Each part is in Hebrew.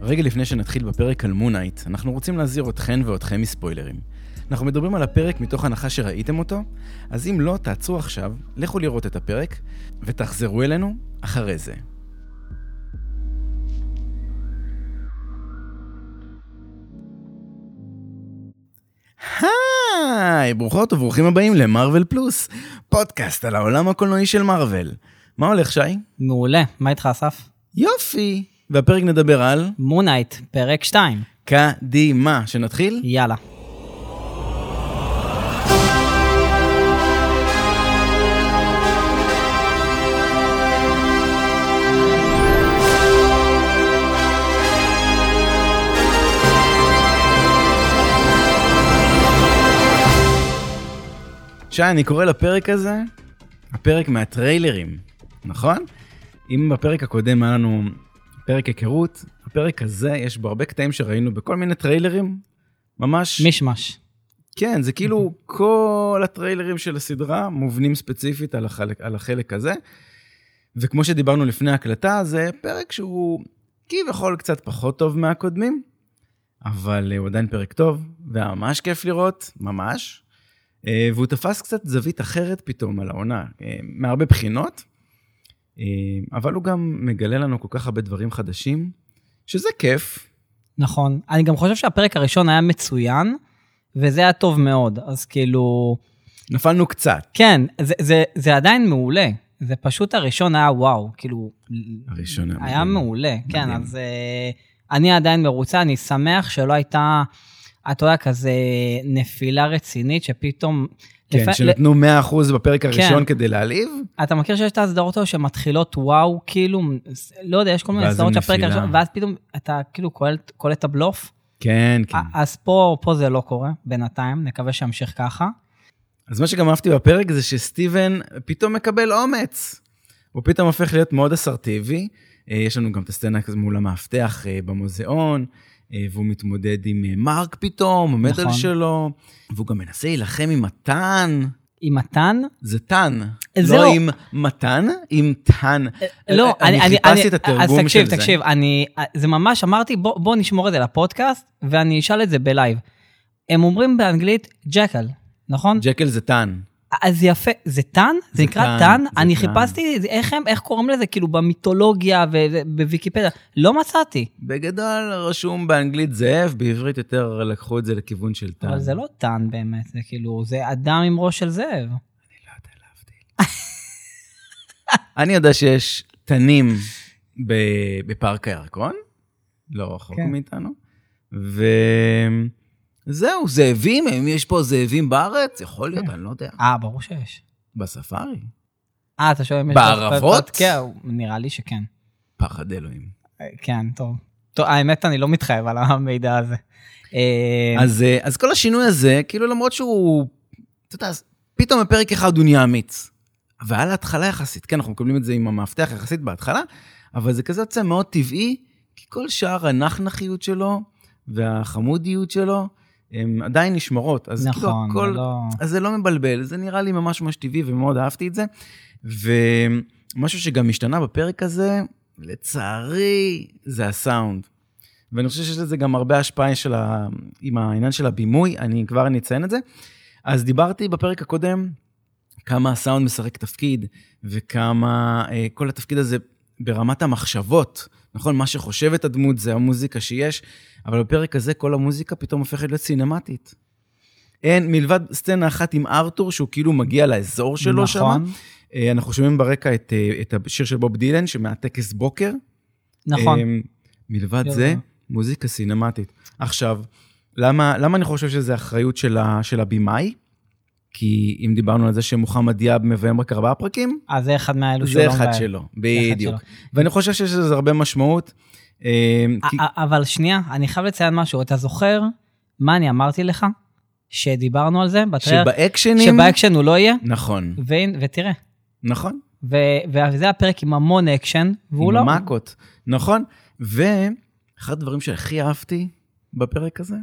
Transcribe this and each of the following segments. רגע לפני שנתחיל בפרק על מונייט, אנחנו רוצים להזהיר אתכן ואתכם מספוילרים. אנחנו מדברים על הפרק מתוך הנחה שראיתם אותו, אז אם לא, תעצרו עכשיו, לכו לראות את הפרק, ותחזרו אלינו אחרי זה. היי, ברוכות וברוכים הבאים למרוויל פלוס, פודקאסט על העולם הקולנועי של מארוול. מה הולך, שי? מעולה, מה איתך אסף? יופי. והפרק נדבר על מונייט, פרק 2. קדימה. שנתחיל? יאללה. שי, אני קורא לפרק הזה, הפרק מהטריילרים, נכון? אם בפרק הקודם היה לנו פרק היכרות, הפרק הזה יש בו הרבה קטעים שראינו בכל מיני טריילרים, ממש... מישמש. כן, זה כאילו כל הטריילרים של הסדרה מובנים ספציפית על החלק, על החלק הזה. וכמו שדיברנו לפני ההקלטה, זה פרק שהוא כביכול קצת פחות טוב מהקודמים, אבל אה, הוא עדיין פרק טוב, והיה ממש כיף לראות, ממש. אה, והוא תפס קצת זווית אחרת פתאום על העונה, אה, מהרבה בחינות, אה, אבל הוא גם מגלה לנו כל כך הרבה דברים חדשים, שזה כיף. נכון. אני גם חושב שהפרק הראשון היה מצוין, וזה היה טוב מאוד. אז כאילו, נפלנו קצת. כן, זה, זה, זה עדיין מעולה. זה פשוט הראשון היה וואו, כאילו, הראשון היה היה מדהים. מעולה. כן, מדהים. אז אה, אני עדיין מרוצה, אני שמח שלא הייתה, אתה יודע, כזה נפילה רצינית שפתאום... כן, לפ- שנתנו 100% בפרק הראשון כדי להעליב, אתה מכיר שיש את הסדרות האלה שמתחילות וואו, כאילו, לא יודע, יש כל מיני ואז סדרות הם שהפרק נפילה. הראשון, ואז פתאום אתה כאילו קולט, קולט את הבלוף. כן, כן. אז פה, פה זה לא קורה, בינתיים, נקווה שימשיך ככה. אז מה שגם אהבתי בפרק זה שסטיבן פתאום מקבל אומץ. הוא פתאום הופך להיות מאוד אסרטיבי. אה, יש לנו גם את הסצנה כזה מול המאבטח אה, במוזיאון, אה, והוא מתמודד עם אה, מרק פתאום, המדל נכון. שלו, והוא גם מנסה להילחם עם מתן. עם מתן, זה טן. אה, זהו. לא עם מתן, עם טן. לא, אה, אני- אני חיפשתי את התרגום של אז זה. תקשיב, תקשיב, אני, זה ממש, אמרתי, בוא, בוא נשמור את זה לפודקאסט, ואני אשאל את זה בלייב. הם אומרים באנגלית ג'קל, נכון? ג'קל זה טן. אז יפה, זה טאן? זה נקרא טאן, טאן? זה אני טאן. חיפשתי את זה, איך הם, איך קוראים לזה, כאילו במיתולוגיה ובוויקיפדיה, לא מצאתי. בגדול רשום באנגלית זאב, בעברית יותר לקחו את זה לכיוון של טן. אבל זה לא טאן באמת, זה כאילו, זה אדם עם ראש של זאב. לא יודע להבדיל. אני יודע שיש תנים ב- בפארק הירקון, לא רחוק כן. מאיתנו, וזהו, זאבים, אם יש פה זאבים בארץ, יכול להיות, אני לא יודע. אה, ברור שיש. בספארי? אה, אתה שואל אם יש... בערבות? כן, נראה לי שכן. פחד אלוהים. אה, כן, טוב. טוב, האמת, אני לא מתחייב על המידע הזה. אה, אז, אה, אז כל השינוי הזה, כאילו למרות שהוא, אתה יודע, אז פתאום בפרק אחד הוא נהיה אמיץ. ועל ההתחלה יחסית, כן, אנחנו מקבלים את זה עם המאבטח יחסית בהתחלה, אבל זה כזה יוצא מאוד טבעי, כי כל שאר הנחנחיות שלו והחמודיות שלו, הן עדיין נשמרות. אז כאילו נכון, הכל, זה לא... אז זה לא מבלבל, זה נראה לי ממש ממש טבעי ומאוד אהבתי את זה. ומשהו שגם השתנה בפרק הזה, לצערי, זה הסאונד. ואני חושב שיש לזה גם הרבה השפעה של ה... עם העניין של הבימוי, אני כבר אני אציין את זה. אז דיברתי בפרק הקודם כמה הסאונד משחק תפקיד, וכמה אה, כל התפקיד הזה ברמת המחשבות, נכון? מה שחושבת הדמות זה המוזיקה שיש, אבל בפרק הזה כל המוזיקה פתאום הופכת להיות סינמטית. אין, מלבד סצנה אחת עם ארתור, שהוא כאילו מגיע לאזור שלו שם. נכון, אה, אנחנו שומעים ברקע את, אה, את השיר של בוב דילן, שמהטקס בוקר. נכון. אמ, מלבד יפה. זה, מוזיקה סינמטית. עכשיו, למה, למה אני חושב שזה אחריות של, ה, של הבמאי? כי אם דיברנו על זה שמוחמד דיאב מביים רק ארבעה פרקים, אז כאילו זה אחד מאלו שלא... אה, זה אחד מבעל. שלו, זה אחד אה, בדיוק. שלו. אה, ואני חושב שיש לזה הרבה משמעות. אמ, כי- א- א- אבל שנייה, אני חייב לציין משהו. אתה זוכר מה אני אמרתי לך? שדיברנו על זה בטרייר? שבאקשנים... שבאקשן הוא לא יהיה? נכון, והנה- ותראה. נכון. ו- וזה הפרק עם המון אקשן, והוא עם לא... המכות, נכון? ואחד הדברים שהכי אהבתי בפרק הזה,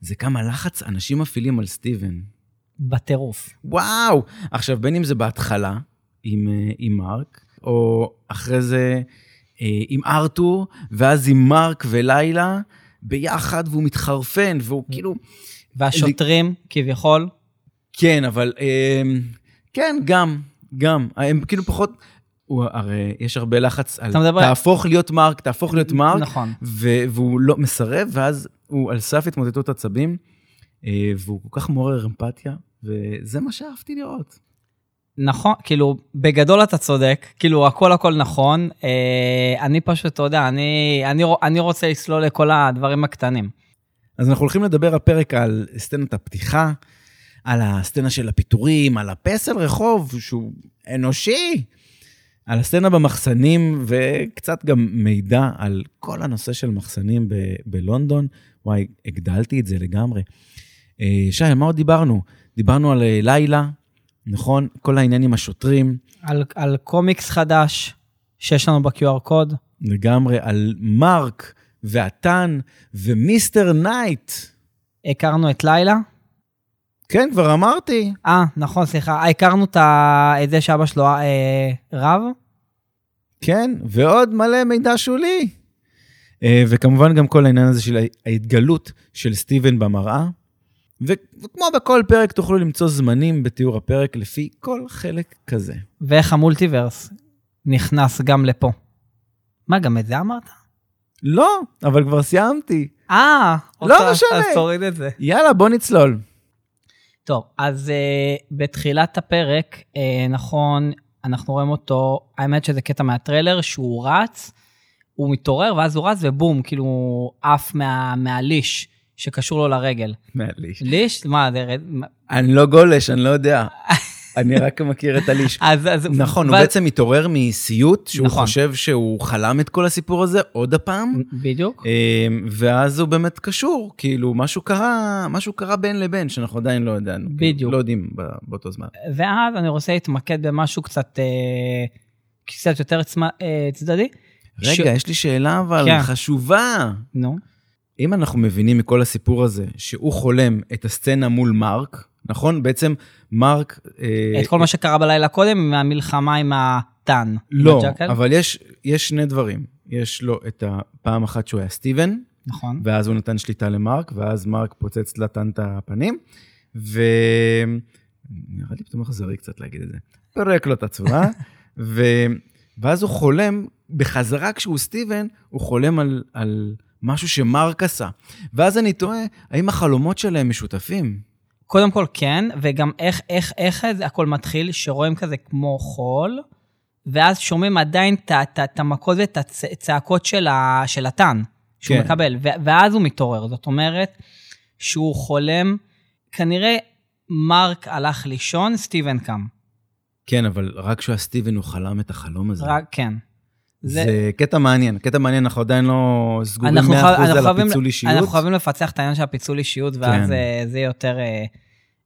זה כמה לחץ אנשים מפעילים על סטיבן. בטירוף. וואו! עכשיו, בין אם זה בהתחלה, עם, אה, עם מרק, או אחרי זה אה, עם ארתור, ואז עם מרק ולילה, ביחד, והוא מתחרפן, והוא כאילו... והשוטרים, כביכול, כן, אבל... אה, כן, גם, גם. הם כאילו פחות... הוא, הרי יש הרבה לחץ על... אתה מדבר- תהפוך להיות מרק, תהפוך להיות מרק. נכון. ו- והוא לא מסרב, ואז הוא על סף התמוטטות עצבים, אה, והוא כל כך מעורר אמפתיה, וזה מה שאהבתי לראות. נכון, כאילו, בגדול אתה צודק, כאילו, הכל הכל נכון. אה, אני פשוט, אתה יודע, אני, אני, רו- אני רוצה לסלול לכל הדברים הקטנים. אז אנחנו הולכים לדבר הפרק על סצנת הפתיחה, על הסצנה של הפיטורים, על הפסל רחוב, שהוא אנושי, על הסצנה במחסנים, וקצת גם מידע על כל הנושא של מחסנים ב- בלונדון. וואי, הגדלתי את זה לגמרי. אה, שי, על מה עוד דיברנו? דיברנו על אה, לילה, נכון? כל העניין עם השוטרים. על, על קומיקס חדש שיש לנו ב-QR קוד, לגמרי על מרק והטן ומיסטר נייט. הכרנו את לילה. כן, כבר אמרתי. אה, נכון, סליחה, אה, הכרנו את, ה, את זה שאבא שלו אה, רב. כן, ועוד מלא מידע שולי. אה, וכמובן גם כל העניין הזה של ההתגלות של סטיבן במראה. ו- וכמו בכל פרק, תוכלו למצוא זמנים בתיאור הפרק לפי כל חלק כזה. ואיך המולטיברס נכנס גם לפה. מה, גם את זה אמרת? לא, אבל כבר סיימתי. אה, לא אוקיי, אז- משנה. אז תוריד את זה. יאללה, בוא נצלול. טוב, אז uh, בתחילת הפרק, uh, נכון, אנחנו רואים אותו, האמת שזה קטע מהטריילר, שהוא רץ, הוא מתעורר, ואז הוא רץ, ובום, כאילו, הוא עף מה, מהליש שקשור לו לרגל. מעליש. ליש? מה, זה... רד- מה- אני לא גולש, אני לא יודע. אני רק מכיר את הליש. אז... אז נכון, הוא ואז- בעצם מתעורר מסיוט, שהוא נכון. חושב שהוא חלם את כל הסיפור הזה עוד הפעם, בדיוק. אמ, ואז הוא באמת קשור, כאילו, משהו קרה, משהו קרה בין לבין, שאנחנו עדיין לא ידענו. כאילו, בדיוק. לא יודעים ב- באותו זמן. ואז אני רוצה להתמקד במשהו קצת, אה, קצת יותר צמא, אה, צדדי. ש- רגע, יש לי שאלה אבל כן. חשובה. נו, אם אנחנו מבינים מכל הסיפור הזה שהוא חולם את הסצנה מול מרק, נכון? בעצם מרק... אה, את כל מה שקרה בלילה קודם, עם המלחמה עם הטן. עם לא, הג'קל. אבל יש, יש שני דברים. יש לו את הפעם אחת שהוא היה סטיבן, נכון. ואז הוא נתן שליטה למרק, ואז מרק פוצץ לטן את הפנים, ו... נראה לי פתאום אכזרי קצת להגיד את זה. פרק לו את הצורה, ו... ואז הוא חולם, בחזרה כשהוא סטיבן, הוא חולם על, על משהו שמרק עשה. ואז אני תוהה, האם החלומות שלהם משותפים? קודם כל כן, וגם איך, איך, איך זה הכל מתחיל, שרואים כזה כמו חול, ואז שומעים עדיין את ה- את ה- את המכות ואת הצעקות של, ה, של הטן, שהוא כן. כן. מקבל, ו, ואז הוא מתעורר. זאת אומרת שהוא חולם, כנראה מרק הלך לישון, סטיבן קם. כן, אבל רק כשהוא היה סטיבן הוא חלם את החלום הזה. רק, כן. זה... זה קטע מעניין, קטע מעניין, אנחנו עדיין לא סגורים 100% אנחנו חייב- אנחנו על חייבים- הפיצול אישיות. אנחנו חייבים לפצח את העניין של הפיצול אישיות, ואז כן. אה, זה יותר... אה,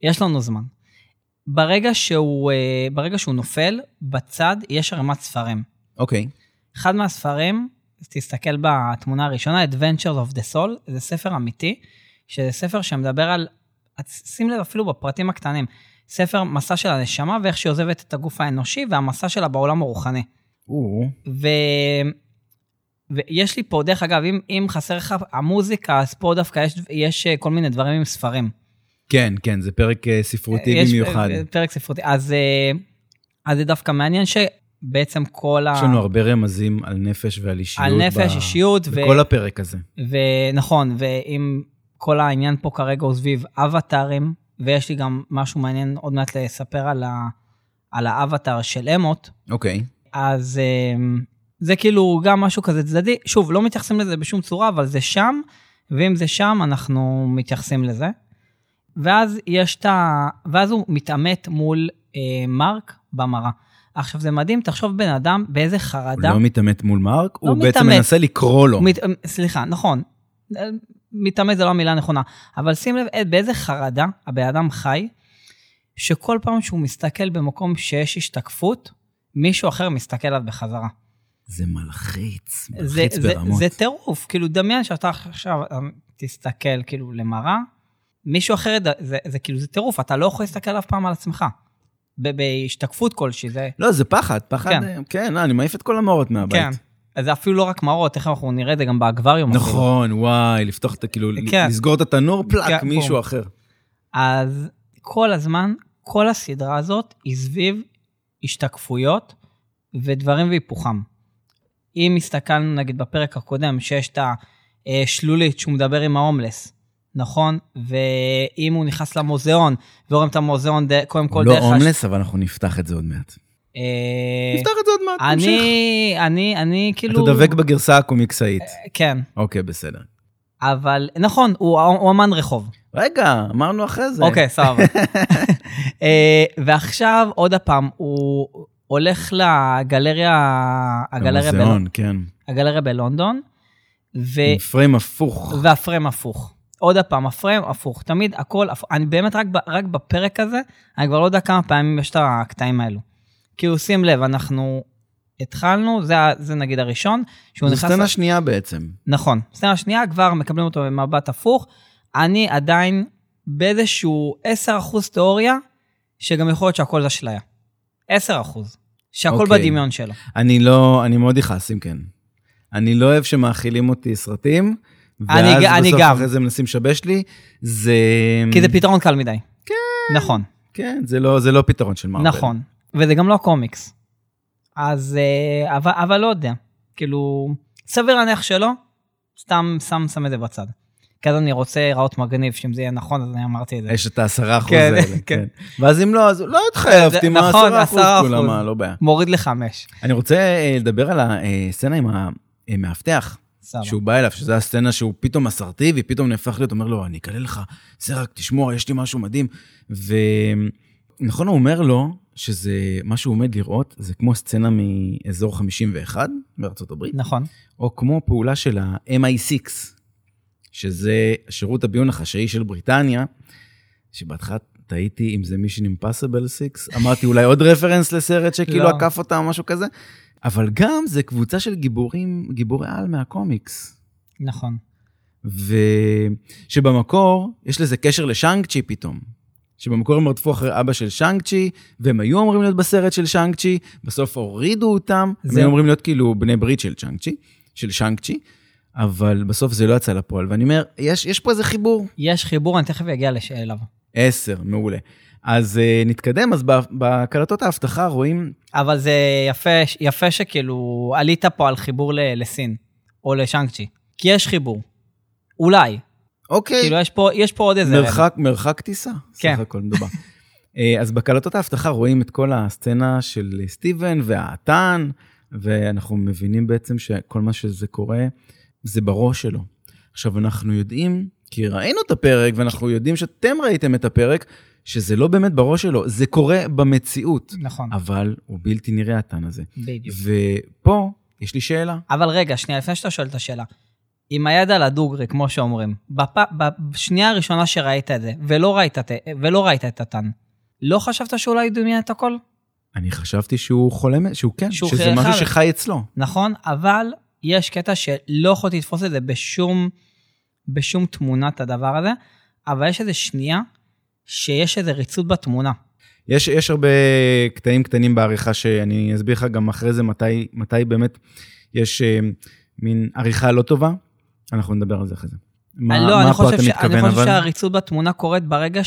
יש לנו זמן. ברגע שהוא, אה, ברגע שהוא נופל, בצד יש ערימת ספרים. אוקיי, אחד מהספרים, אז תסתכל בתמונה הראשונה, Adventures of the Soul, זה ספר אמיתי, שזה ספר שמדבר על, את שים לב אפילו בפרטים הקטנים, ספר מסע של הנשמה ואיך שהיא עוזבת את הגוף האנושי והמסע שלה בעולם הרוחני. או, ו... ויש לי פה, דרך אגב, אם, אם חסר לך המוזיקה, אז פה דווקא יש, יש אה, כל מיני דברים עם ספרים. כן, כן, זה פרק אה, ספרותי יש, במיוחד. אה, פרק ספרותי. אז, אה, אז זה דווקא מעניין שבעצם כל ה... יש לנו הרבה רמזים על נפש ועל אישיות. אה. על נפש, ב- אישיות, ו... בכל הפרק הזה. ונכון, ועם כל העניין פה כרגע הוא סביב אבטארים, ויש לי גם משהו מעניין עוד מעט לספר על, ה... על האבטאר של אמות, אוקיי. אז אמ, זה כאילו גם משהו כזה צדדי. שוב, לא מתייחסים לזה בשום צורה, אבל זה שם, ואם זה שם, אנחנו מתייחסים לזה. ואז יש את ה... ואז הוא מתעמת מול אה, מרק במראה. עכשיו, זה מדהים, תחשוב בן אדם באיזה הוא חרדה... לא מתעמת מול מרק, הוא בעצם לא מתעמת. מנסה לקרוא לו. מת, אמ, סליחה, נכון. אה, מתעמת זה לא המילה הנכונה, אבל שים לב אה, באיזה חרדה הבן אדם חי, שכל פעם שהוא מסתכל במקום שיש השתקפות, מישהו אחר מסתכל עליו בחזרה. זה מלחיץ, זה, מלחיץ זה, ברמות. זה טירוף, כאילו דמיין שאתה עכשיו אה, תסתכל כאילו למראה, מישהו אחר, יד- זה, זה כאילו זה טירוף, אתה לא יכול להסתכל אף פעם על עצמך. ב- בהשתקפות כלשהי, זה... לא, זה פחד, פחד, כן. אה, כן, לא, אני מעיף את כל המאורות מהבית. כן. אז זה אפילו לא רק מראות, תכף אנחנו נראה את זה גם באקווריום. אפילו. נכון, וואי, לפתוח את, כאילו, כן. לסגור את התנור, פלאק, כן, בום. מישהו אחר. אז כל הזמן, כל הסדרה הזאת היא סביב השתקפויות ודברים והיפוכם. אם הסתכלנו נגיד בפרק הקודם, שיש את השלולית שהוא מדבר עם ההומלס, נכון? ואם הוא נכנס למוזיאון, ורואים את המוזיאון ד- קודם כל לא דרך... הש- הומלס, אבל אנחנו נפתח את זה עוד מעט. אה, נפתח את זה עוד מעט, תמשיך. אני, אני, אני כאילו... אתה דבק בגרסה הקומיקסאית. כן, אוקיי, בסדר. אבל נכון, הוא, הוא אמן רחוב. רגע, אמרנו אחרי זה. אוקיי, סבבה. אה, ועכשיו, עוד פעם, הוא הולך לגלריה, הגלריה, בלונ- המוזיאון, כן. הגלריה בלונדון, ו... עם פריים הפוך. והפריים הפוך. עוד פעם, הפריים הפוך. תמיד הכל הפוך. אני באמת, רק, ב- רק בפרק הזה, אני כבר לא יודע כמה פעמים יש את הקטעים האלו. כאילו, שים לב, אנחנו התחלנו, זה, ה- זה נגיד הראשון, שהוא זו נכנס... סצנה שנייה בעצם. נכון. סצנה שנייה, כבר מקבלים אותו במבט הפוך. אני עדיין באיזשהו 10% תיאוריה, שגם יכול להיות שהכל זה אשליה. 10%. שהכל אוקיי. בדמיון שלו. אני לא, אני מאוד יכעס אם כן. אני לא אוהב שמאכילים אותי סרטים, ואז אני ג- אני בסוף גם. אחרי זה מנסים לשבש לי. זה... כי זה פתרון קל מדי. כן. נכון, כן, זה לא, זה לא פתרון של מרוויל. נכון. וזה גם לא קומיקס. אז... אה, אבל, אבל לא יודע. כאילו, סביר להניח שלא, סתם שם, שם את זה בצד. כי אז אני רוצה להיראות מגניב, שאם זה יהיה נכון, אז אני אמרתי את זה. יש את העשרה אחוז כן, האלה, כן. כן. ואז אם לא, אז לא התחייבתי, מה נכון, עשרה אחוז עשרה כולה, אחוז. מה, לא בעיה. מוריד לחמש. אני רוצה אה, לדבר על הסצנה עם אה, המאבטח. סבבה. שהוא בא אליו, שזו הסצנה שהוא פתאום אסרטיבי, פתאום נהפך להיות, אומר לו, אני אקלל לך, זה רק תשמור, יש לי משהו מדהים. ונכון, הוא אומר לו שזה, מה שהוא עומד לראות, זה כמו סצנה מאזור 51 בארצות הברית, נכון. או כמו פעולה של ה-MI6, שזה שירות הביון החשאי של בריטניה, שבהתחלה תהיתי אם זה מישן אימפסיבל 6, אמרתי אולי עוד רפרנס לסרט שכאילו לא. עקף אותה או משהו כזה, אבל גם זה קבוצה של גיבורים, גיבורי על מהקומיקס. נכון. ושבמקור, יש לזה קשר לשאנג צ'י פתאום. שבמקור הם רדפו אחרי אבא של שאנג צ'י, והם היו אמורים להיות בסרט של שאנג צ'י, בסוף הורידו אותם, הם זהו. היו אמורים להיות כאילו בני ברית של שאנג צ'י, של שאנג צ'י, אבל בסוף זה לא יצא לפועל. ואני אומר, יש, יש פה איזה חיבור? יש חיבור, אני תכף אגיע לש- אליו. עשר, מעולה. אז uh, נתקדם, אז ב- בקלטות האבטחה רואים, אבל זה יפה, יפה שכאילו עלית פה על חיבור ל- לסין, או לשאנג צ'י. כי יש חיבור. אולי. אוקיי, כאילו, יש פה, יש פה עוד איזה... מרחק, מרחק טיסה, כן. סך הכל מדובר. אה, אז בקלטות האבטחה רואים את כל הסצנה של סטיבן והאתן, ואנחנו מבינים בעצם שכל מה שזה קורה, זה בראש שלו. עכשיו, אנחנו יודעים, כי ראינו את הפרק, ואנחנו יודעים שאתם ראיתם את הפרק, שזה לא באמת בראש שלו, זה קורה במציאות. נכון, אבל הוא בלתי נראה, התן הזה. בדיוק. ופה יש לי שאלה. אבל רגע, שנייה, לפני שאתה שואל את השאלה. עם היד על הדוגרי, כמו שאומרים, בפ... בשנייה הראשונה שראית את זה, ולא ראית, את- ולא ראית את הטן, לא חשבת שאולי דומיין את הכל? אני חשבתי שהוא חולם, שהוא כן, שהוא שזה חי- משהו חי- שחי אצלו. נכון, אבל יש קטע שלא יכולתי לתפוס את זה בשום, בשום תמונת הדבר הזה, אבל יש איזה שנייה שיש איזה ריצות בתמונה. יש, יש הרבה קטעים קטנים בעריכה שאני אסביר לך גם אחרי זה מתי, מתי באמת יש אה, מין עריכה לא טובה, אנחנו נדבר על זה אחרי זה. מה, אני- לא, מה אני פה חושב, אתה ש... מתכוון אני חושב אבל? שהריצות בתמונה קורית ברגע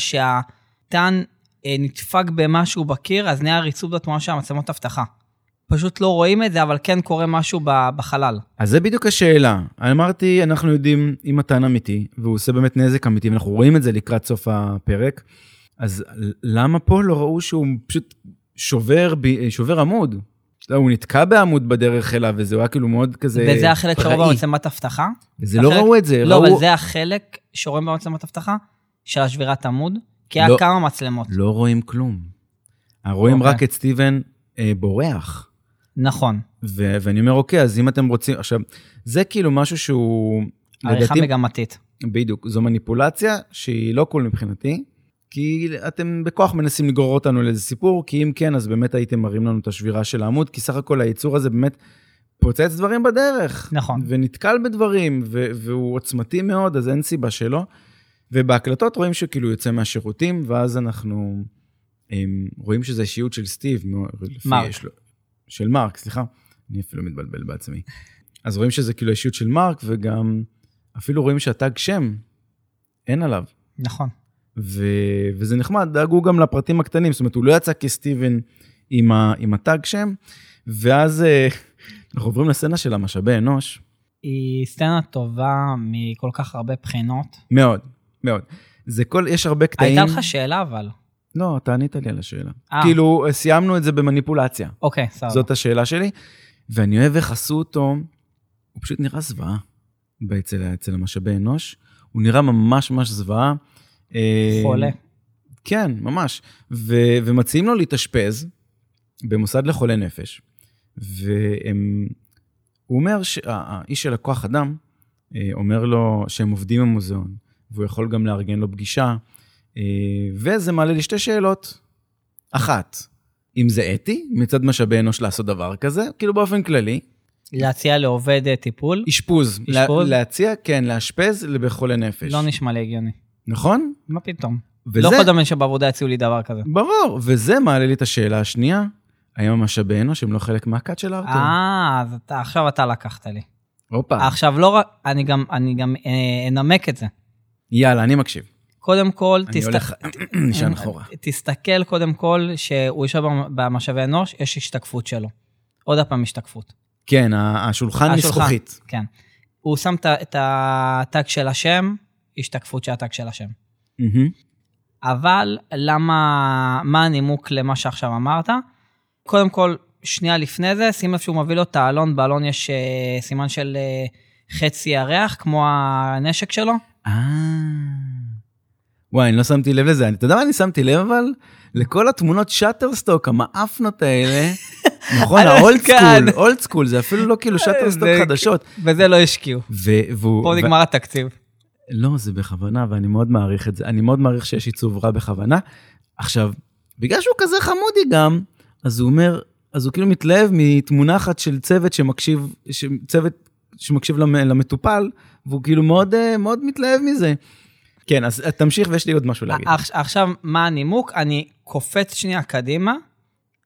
שהטן אה, נדפק במשהו בקיר, אז נהיה ריצות בתמונה של המצלמות אבטחה. פשוט לא רואים את זה, אבל כן קורה משהו ב- בחלל. אז זה בדיוק השאלה. אמרתי, אנחנו יודעים אם מתן אמיתי, והוא עושה באמת נזק אמיתי, ואנחנו רואים את זה לקראת סוף הפרק, אז ל- למה פה לא ראו שהוא פשוט שובר, ב- שובר עמוד? אתה יודע, הוא נתקע בעמוד בדרך אליו, וזה היה כאילו מאוד כזה... וזה החלק שרואים פראי. במצלמת אבטחה. וזה לא החלק- ראו את זה, לא, ראו... אבל זה החלק שרואים במצלמת אבטחה, של השבירת עמוד, כי היה לא. כמה מצלמות. לא רואים כלום. רואים אוקיי. רק את סטיבן אה, בורח. נכון. ו- ואני אומר, אוקיי, אז אם אתם רוצים... עכשיו, זה כאילו משהו שהוא... עריכה לדעתי- מגמתית. בדיוק, זו מניפולציה שהיא לא קול מבחינתי, כי אתם בכוח מנסים לגרור אותנו לאיזה סיפור, כי אם כן, אז באמת הייתם מראים לנו את השבירה של העמוד, כי סך הכל הייצור הזה באמת פוצץ דברים בדרך. נכון. ונתקל בדברים, ו- והוא עוצמתי מאוד, אז אין סיבה שלא. ובהקלטות רואים שכאילו יוצא מהשירותים, ואז אנחנו הם, רואים שזה אישיות של סטיב. מאו- לפי- מרק. יש לו- של מרק, סליחה. אני אפילו מתבלבל בעצמי. אז רואים שזה כאילו האישיות של מרק, וגם אפילו רואים שהתג שם, אין עליו. נכון. ו... וזה נחמד, דאגו גם לפרטים הקטנים, זאת אומרת, הוא לא יצא כסטיבן עם, ה... עם הטאג שם, ואז אה, אנחנו עוברים לסצנה של המשאבי אנוש, היא סצנה טובה מכל כך הרבה בחינות. מאוד, מאוד. זה כל, יש הרבה קטעים... הייתה לך שאלה אבל. לא, אתה ענית לי על השאלה. אה. כאילו, סיימנו את זה במניפולציה, אוקיי, סבבה. זאת השאלה שלי, ואני אוהב איך עשו אותו, הוא פשוט נראה זוועה אצל, אצל המשאבי אנוש, הוא נראה ממש ממש זוועה. אה, חולה. כן, ממש. ו, ומציעים לו להתאשפז במוסד לחולי נפש, והם... הוא אומר, ש- הא- האיש של הכוח אדם, אה, אומר לו שהם עובדים במוזיאון, והוא יכול גם לארגן לו פגישה, אה, וזה מעלה לי שתי שאלות. אחת, אם זה אתי מצד משאבי אנוש לעשות דבר כזה, כאילו באופן כללי, להציע לעובד אה, טיפול, אשפוז, אשפוז? לה, להציע, כן, לאשפז בחולי נפש. לא נשמע לי הגיוני. נכון? מה פתאום? וזה, לא יכול לדמיין שבעבודה יציעו לי דבר כזה. ברור, וזה מעלה לי את השאלה השנייה, האם המשאבי אנוש הם לא חלק מהכת של ארתור? אה, אז אתה- עכשיו אתה לקחת לי. אה. הופה, עכשיו לא רק, אני גם, אני גם אה, אנמק את זה. יאללה, אני מקשיב. קודם כל, אה, אני הולך, נשען אחורה. תסתכל קודם כל שהוא יושב במשאבי אנוש, יש השתקפות שלו. עוד הפעם השתקפות, כן, ה- השולחן השולחן. מזכוכית. כן. הוא שם את ה- את הטאג של השם, השתקפות של הטאג של השם. מהמם. אבל למה, מה הנימוק למה שעכשיו אמרת? קודם כל, שנייה לפני זה, שים לב שהוא מביא לו את האלון, באלון יש אה, סימן של אה, חצי ירח, כמו הנשק שלו. אה... וואי, אני לא שמתי לב לזה. אני- אתה יודע מה אני שמתי לב, אבל? לכל התמונות שאטרסטוק, המאפנות האלה, נכון, אני לא האולד כאן. סקול, אולד סקול, זה אפילו לא כאילו שאטרסטוק זה- חדשות. בזה לא השקיעו. ו- והוא... פה ו- נגמר התקציב. לא, זה בכוונה, ואני מאוד מעריך את זה. אני מאוד מעריך שיש עיצוב רע בכוונה. עכשיו, בגלל שהוא כזה חמודי גם, אז הוא אומר, אז הוא כאילו מתלהב מתמונה אחת של צוות שמקשיב, ש- צוות שמקשיב למ- למטופל, והוא כאילו מאוד, אה, מאוד מתלהב מזה. כן, אז תמשיך ויש לי עוד משהו להגיד. עכש- אה, עכשיו, מה הנימוק? אני קופץ שנייה קדימה,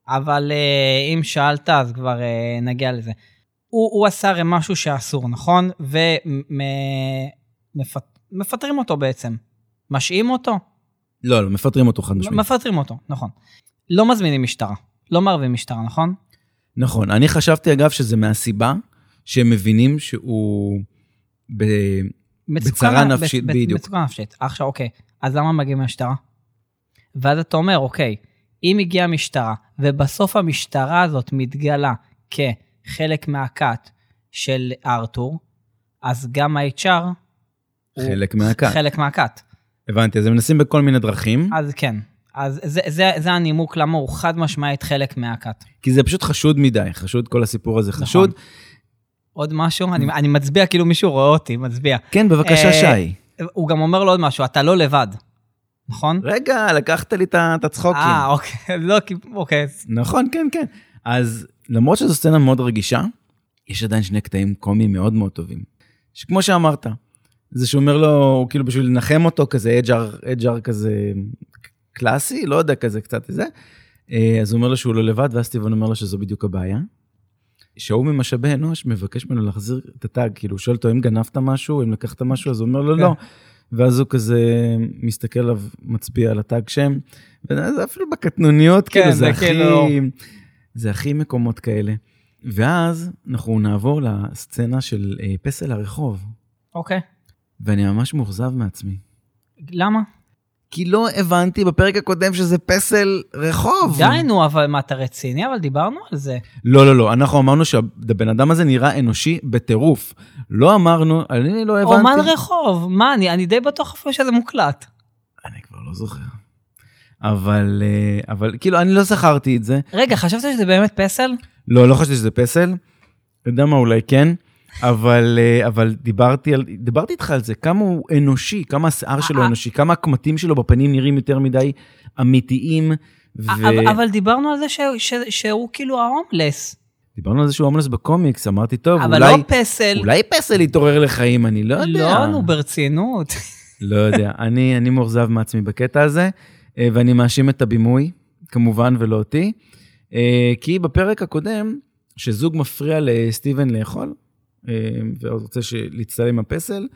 אבל אה, אם שאלת, אז כבר אה, נגיע לזה. הוא, הוא עשה הרי משהו שאסור, נכון? ומפטרים אותו בעצם. משעים אותו? לא, לא, מפטרים אותו חד משמעית. מפטרים אותו, נכון. לא מזמינים משטרה, לא מערבים משטרה, נכון? נכון, אני חשבתי אגב שזה מהסיבה שהם מבינים שהוא... ב... בצרה נפשית, בצ- בדיוק. מצוקה נפשית. עכשיו, אוקיי, אז למה מגיעים מהמשטרה? ואז אתה אומר, אוקיי, אם הגיעה המשטרה, ובסוף המשטרה הזאת מתגלה כחלק מהכת של ארתור, אז גם ה-HR הוא חלק מהכת. חלק מהכת. הבנתי, אז הם מנסים בכל מיני דרכים, אז כן. אז זה, זה, זה הנימוק למה הוא חד משמעית חלק מהכת. כי זה פשוט חשוד מדי, חשוד, כל הסיפור הזה נכון. חשוד. עוד משהו? אני, אני מצביע כאילו מישהו רואה אותי, מצביע. כן, בבקשה, אה, שי. הוא גם אומר לו עוד משהו, אתה לא לבד, נכון? רגע, לקחת לי את ה- את הצחוקים. אה, אוקיי, לא, כי- אוקיי, אז נכון, כן, כן. אז למרות שזו סצנה מאוד רגישה, יש עדיין שני קטעים קומיים מאוד מאוד טובים. שכמו שאמרת, זה שהוא אומר לו, הוא כאילו בשביל לנחם אותו, כזה אג'ר, אג'ר כזה קלאסי, לא יודע, כזה קצת זה. אה, אז הוא אומר לו שהוא לא לבד, ואז סטיבן אומר לו שזו בדיוק הבעיה. שהוא ממשאבי אנוש מבקש ממנו להחזיר את הטאג, כאילו, הוא שואל אותו אם גנבת משהו, אם לקחת משהו, אז הוא אומר לו כן. לא. ואז הוא כזה מסתכל עליו, מצביע על הטאג שם, וזה אפילו בקטנוניות, כן, כאילו, זה זה הכי... כאילו- זה הכי מקומות כאלה. ואז אנחנו נעבור לסצנה של אה, פסל הרחוב, אוקיי. ואני ממש מאוכזב מעצמי. למה? כי לא הבנתי בפרק הקודם שזה פסל רחוב. די נו, אבל מה, אתה רציני? אבל דיברנו על זה. לא, לא, לא, אנחנו אמרנו שהבן אדם הזה נראה אנושי בטירוף. לא אמרנו, אני לא הבנתי. אומן רחוב, מה, אני- אני די בטוח אפילו שזה מוקלט. אני כבר לא זוכר. אבל, אה, אבל כאילו, אני לא זכרתי את זה. רגע, חשבת שזה באמת פסל? לא, לא חשבתי שזה פסל. אתה יודע מה, אולי כן. אבל, אה, אבל דיברתי, על, דיברתי איתך על זה, כמה הוא אנושי, כמה השיער שלו אה, אנושי, כמה הקמטים שלו בפנים נראים יותר מדי אמיתיים. ו... אה, אבל- אבל דיברנו על זה ש- ש- שהוא כאילו ההומלס. דיברנו על זה שהוא הומלס בקומיקס, אמרתי, טוב, אבל אולי, לא פסל. אולי פסל יתעורר לחיים, אני לא יודע. לא, נו, ברצינות. לא יודע, אני, אני מאוכזב מעצמי בקטע הזה, אה, ואני מאשים את הבימוי, כמובן, ולא אותי. אה, כי בפרק הקודם, שזוג מפריע לסטיבן לאכול, אה, ורוצה ש- להצטלם עם הפסל,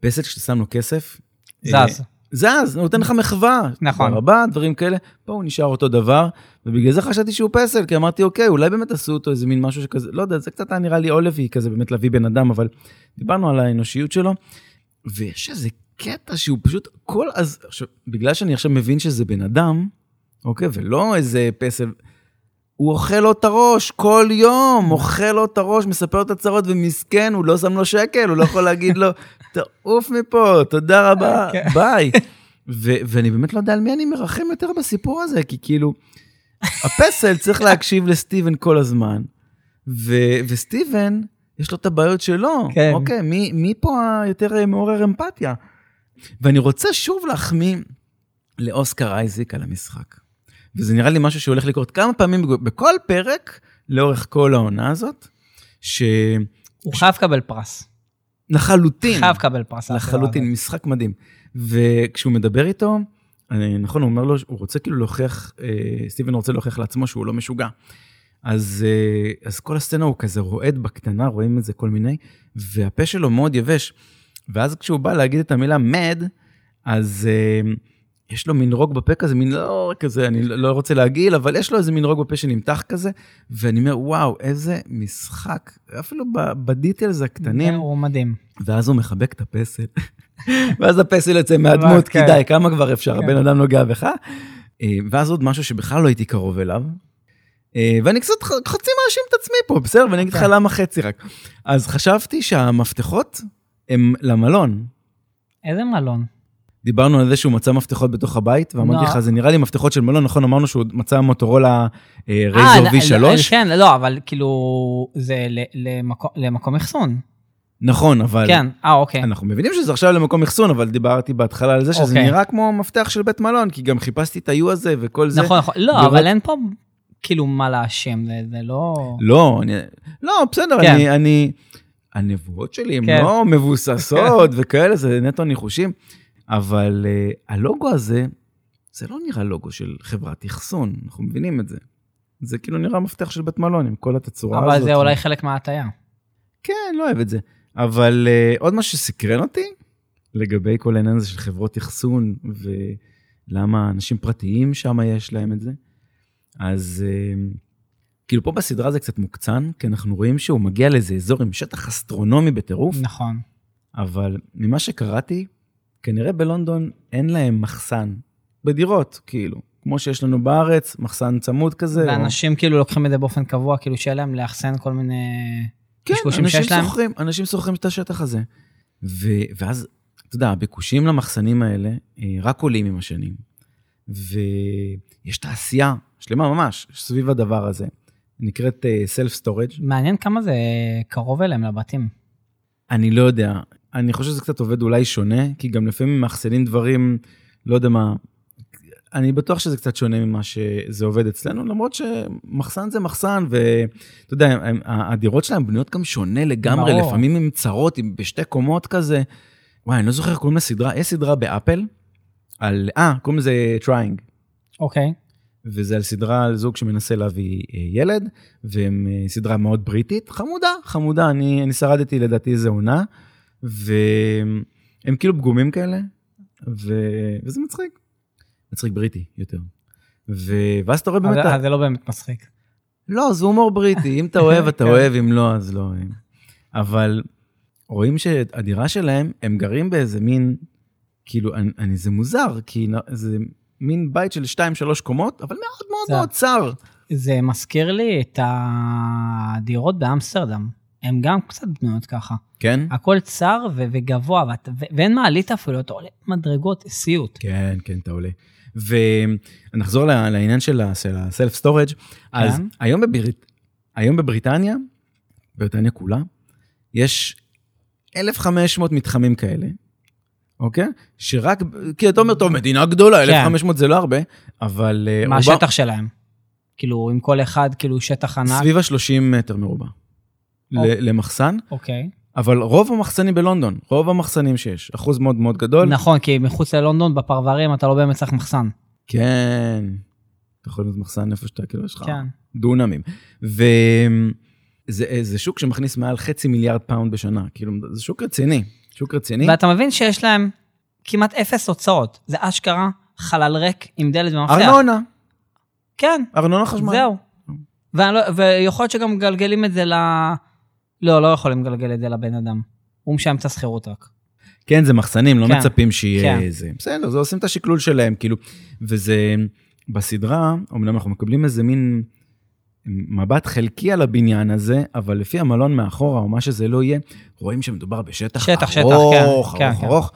פסל שאתה שם לו כסף. אה, זז. זז, הוא נותן לך מחווה. נכון. דבר הבא, דברים כאלה. פה הוא נשאר אותו דבר, ובגלל זה חשבתי שהוא פסל, כי אמרתי, אוקיי, אולי באמת עשו אותו איזה מין משהו שכזה, לא יודע, זה קצת היה נראה לי עולבי כזה, באמת להביא בן אדם, אבל דיברנו על האנושיות שלו, ויש איזה קטע שהוא פשוט כל אז, עכשיו, בגלל שאני עכשיו מבין שזה בן אדם, אוקיי, ולא איזה פסל, הוא אוכל לו את הראש כל יום, אוכל לו את הראש, מספר לו את הצרות, ומסכן, הוא לא שם לו שקל, הוא לא יכול להגיד לו, תעוף מפה, תודה רבה, כן. ביי. ו- ואני באמת לא יודע על מי אני מרחם יותר בסיפור הזה, כי כאילו, הפסל צריך להקשיב לסטיבן כל הזמן, ו- וסטיבן, יש לו את הבעיות שלו. כן. אוקיי, מי, מי פה היותר אה, מעורר אמפתיה? ואני רוצה שוב להחמיא לאוסקר אייזיק על המשחק. וזה נראה לי משהו שהולך לקרות כמה פעמים בג- בכל פרק, לאורך כל העונה הזאת, שלחלוטין, הוא חייב לקבל פרס. חייב לקבל פרס. על הדבר לחלוטין, משחק מדהים. וכשהוא מדבר איתו, אני, נכון, הוא אומר לו, הוא רוצה כאילו להוכיח, אה, סטיבן רוצה להוכיח לעצמו שהוא לא משוגע. אז, אה, אז כל הסצנה הוא כזה רועד בקטנה, רואים את זה כל מיני, והפה שלו מאוד יבש. ואז כשהוא בא להגיד את המילה mad, אז אה, יש לו מין רוק בפה כזה, מין לא כזה, אני לא לא רוצה להגעיל, אבל יש לו איזה מין רוק בפה שנמתח כזה, ואני אומר, וואו, איזה משחק, אפילו ב- בדיטלס הזה. הקטנים. הוא מדהים. ואז הוא מחבק את הפסל. ואז הפסל יוצא מהדמות, כי כן. די, כמה כבר אפשר, כן. הבן אדם נוגע בך. אה, ואז עוד משהו שבכלל לא הייתי קרוב אליו. אה, ואני קצת ח- חצי מאשים את עצמי פה, בסדר? ואני אגיד לך כן. למה חצי רק. אז חשבתי שהמפתחות הם למלון. איזה מלון. דיברנו על זה שהוא מצא מפתחות בתוך הבית, ואמרתי לא. לך, זה נראה לי מפתחות של מלון, נכון? אמרנו שהוא מצא מוטורולה אה, אה, רייזור לא, V3. לא, כן, לא, אבל כאילו, זה ל- למקום- למקום אחסון. נכון, אבל... כן, אה, אוקיי. אנחנו מבינים שזה עכשיו למקום אחסון, אבל דיברתי בהתחלה על זה שזה אוקיי. נראה כמו מפתח של בית מלון, כי גם חיפשתי את ה-U הזה וכל זה. נכון, נכון. לראות- לא, אבל אין פה כאילו מה להאשים, זה- זה לא... לא, אני... לא, בסדר, כן. אני, אני... הנבואות שלי הן כן. לא מבוססות וכאלה, זה נטו ניחושים, אבל uh, הלוגו הזה, זה לא נראה לוגו של חברת אחסון, אנחנו מבינים את זה. זה כאילו נראה מפתח של בית מלון עם כל התצורה הזאת. אבל זה אולי חלק מההטייה. כן, לא אוהב את זה. אבל uh, עוד משהו שסקרן אותי, לגבי כל העניין הזה של חברות אחסון, ולמה אנשים פרטיים שם יש להם את זה. אז uh, כאילו פה בסדרה זה קצת מוקצן, כי אנחנו רואים שהוא מגיע לאיזה אזור עם שטח אסטרונומי בטירוף, נכון. אבל ממה שקראתי, כנראה בלונדון אין להם מחסן, בדירות, כאילו. כמו שיש לנו בארץ, מחסן צמוד כזה. או- ואנשים כאילו לוקחים את זה באופן קבוע, כאילו שיהיה להם לאחסן כל מיני... כן, קשקושים אנשים שיש להם. שוכרים, אנשים שוכרים את השטח הזה. ו, ואז, אתה יודע, הביקושים למחסנים האלה אה, רק עולים עם השנים. ויש תעשייה שלמה ממש סביב הדבר הזה, נקראת אה, סלף סטורג'. מעניין כמה זה קרוב אליהם לבתים. אני לא יודע, אני חושב שזה קצת עובד אולי שונה, כי גם לפעמים מאחסנים דברים, לא יודע מה, אני בטוח שזה קצת שונה ממה שזה עובד אצלנו, למרות שמחסן זה מחסן, ואתה יודע, הם- ה- הדירות שלהם בנויות גם שונה לגמרי, ברור. לפעמים הן צרות, עם- בשתי קומות כזה. וואי, אני לא זוכר, קוראים לסדרה, יש סדרה באפל, על, אה, קוראים לזה טריינג. אוקיי. וזה על סדרה על זוג שמנסה להביא אה, ילד, והם אה, סדרה מאוד בריטית, חמודה, חמודה, אני, אני שרדתי לדעתי איזה עונה, והם כאילו פגומים כאלה, ו... וזה מצחיק. מצחיק בריטי יותר. ו... ואז אתה רואה באמת... אז ה- אז זה לא באמת מצחיק. לא, זה הומור בריטי, אם אתה אוהב, אתה כן. אוהב, אם לא, אז לא. אבל רואים שהדירה שלהם, הם גרים באיזה מין, כאילו, אני, אני, זה מוזר, כי נ- זה מין בית של 2-3 קומות, אבל מאוד מאוד זה- מאוד צר. זה מזכיר לי את הדירות באמסטרדם. הן גם קצת בנויות ככה. כן? הכל צר ו- וגבוה, ואת- ו- ואין מעלית אפילו, אתה עולה מדרגות, סיוט. כן, כן, אתה עולה. ונחזור ל- לעניין של ה- של הסלף סטורג', אז כן. היום, בברית... היום בבריטניה, בריטניה כולה, יש 1,500 מתחמים כאלה, אוקיי? שרק, כי אתה אומר, טוב, מדינה גדולה, כן. 1,500 זה לא הרבה, אבל... אה, מה רובם- השטח שלהם? כאילו, עם כל אחד, כאילו, שטח ענק. סביב ה-30 מטר מרובע או. ל- למחסן, אוקיי. אבל רוב המחסנים בלונדון, רוב המחסנים שיש, אחוז מאוד מאוד גדול. נכון, כי מחוץ ללונדון, בפרברים, אתה לא באמת צריך מחסן. נכון. כן. אתה יכול לבנות מחסן איפה שאתה, כאילו, יש לך כן. דונמים. וזה זה, אה, זה שוק שמכניס מעל חצי מיליארד פאונד בשנה. כאילו, זה שוק רציני. שוק רציני. ואתה מבין שיש להם כמעט אפס הוצאות. זה אשכרה חלל ריק עם דלת ומפתח. ארנונה, כן, ארנונה חשמל. זהו. ואני לא- ויכול להיות שגם מגלגלים את זה ל... לא, לא יכולים לגלגל את זה לבן אדם. הוא משלם את השכירות רק. כן, זה מחסנים, לא כן, מצפים שיהיה כן. זה. בסדר, זה עושים את השקלול שלהם, כאילו. וזה, בסדרה, אמנם אנחנו מקבלים איזה מין מבט חלקי על הבניין הזה, אבל לפי המלון מאחורה, או מה שזה לא יהיה, רואים שמדובר בשטח שטח, שטח, כן, ארוך, כן, ארוך, כן. ארוך.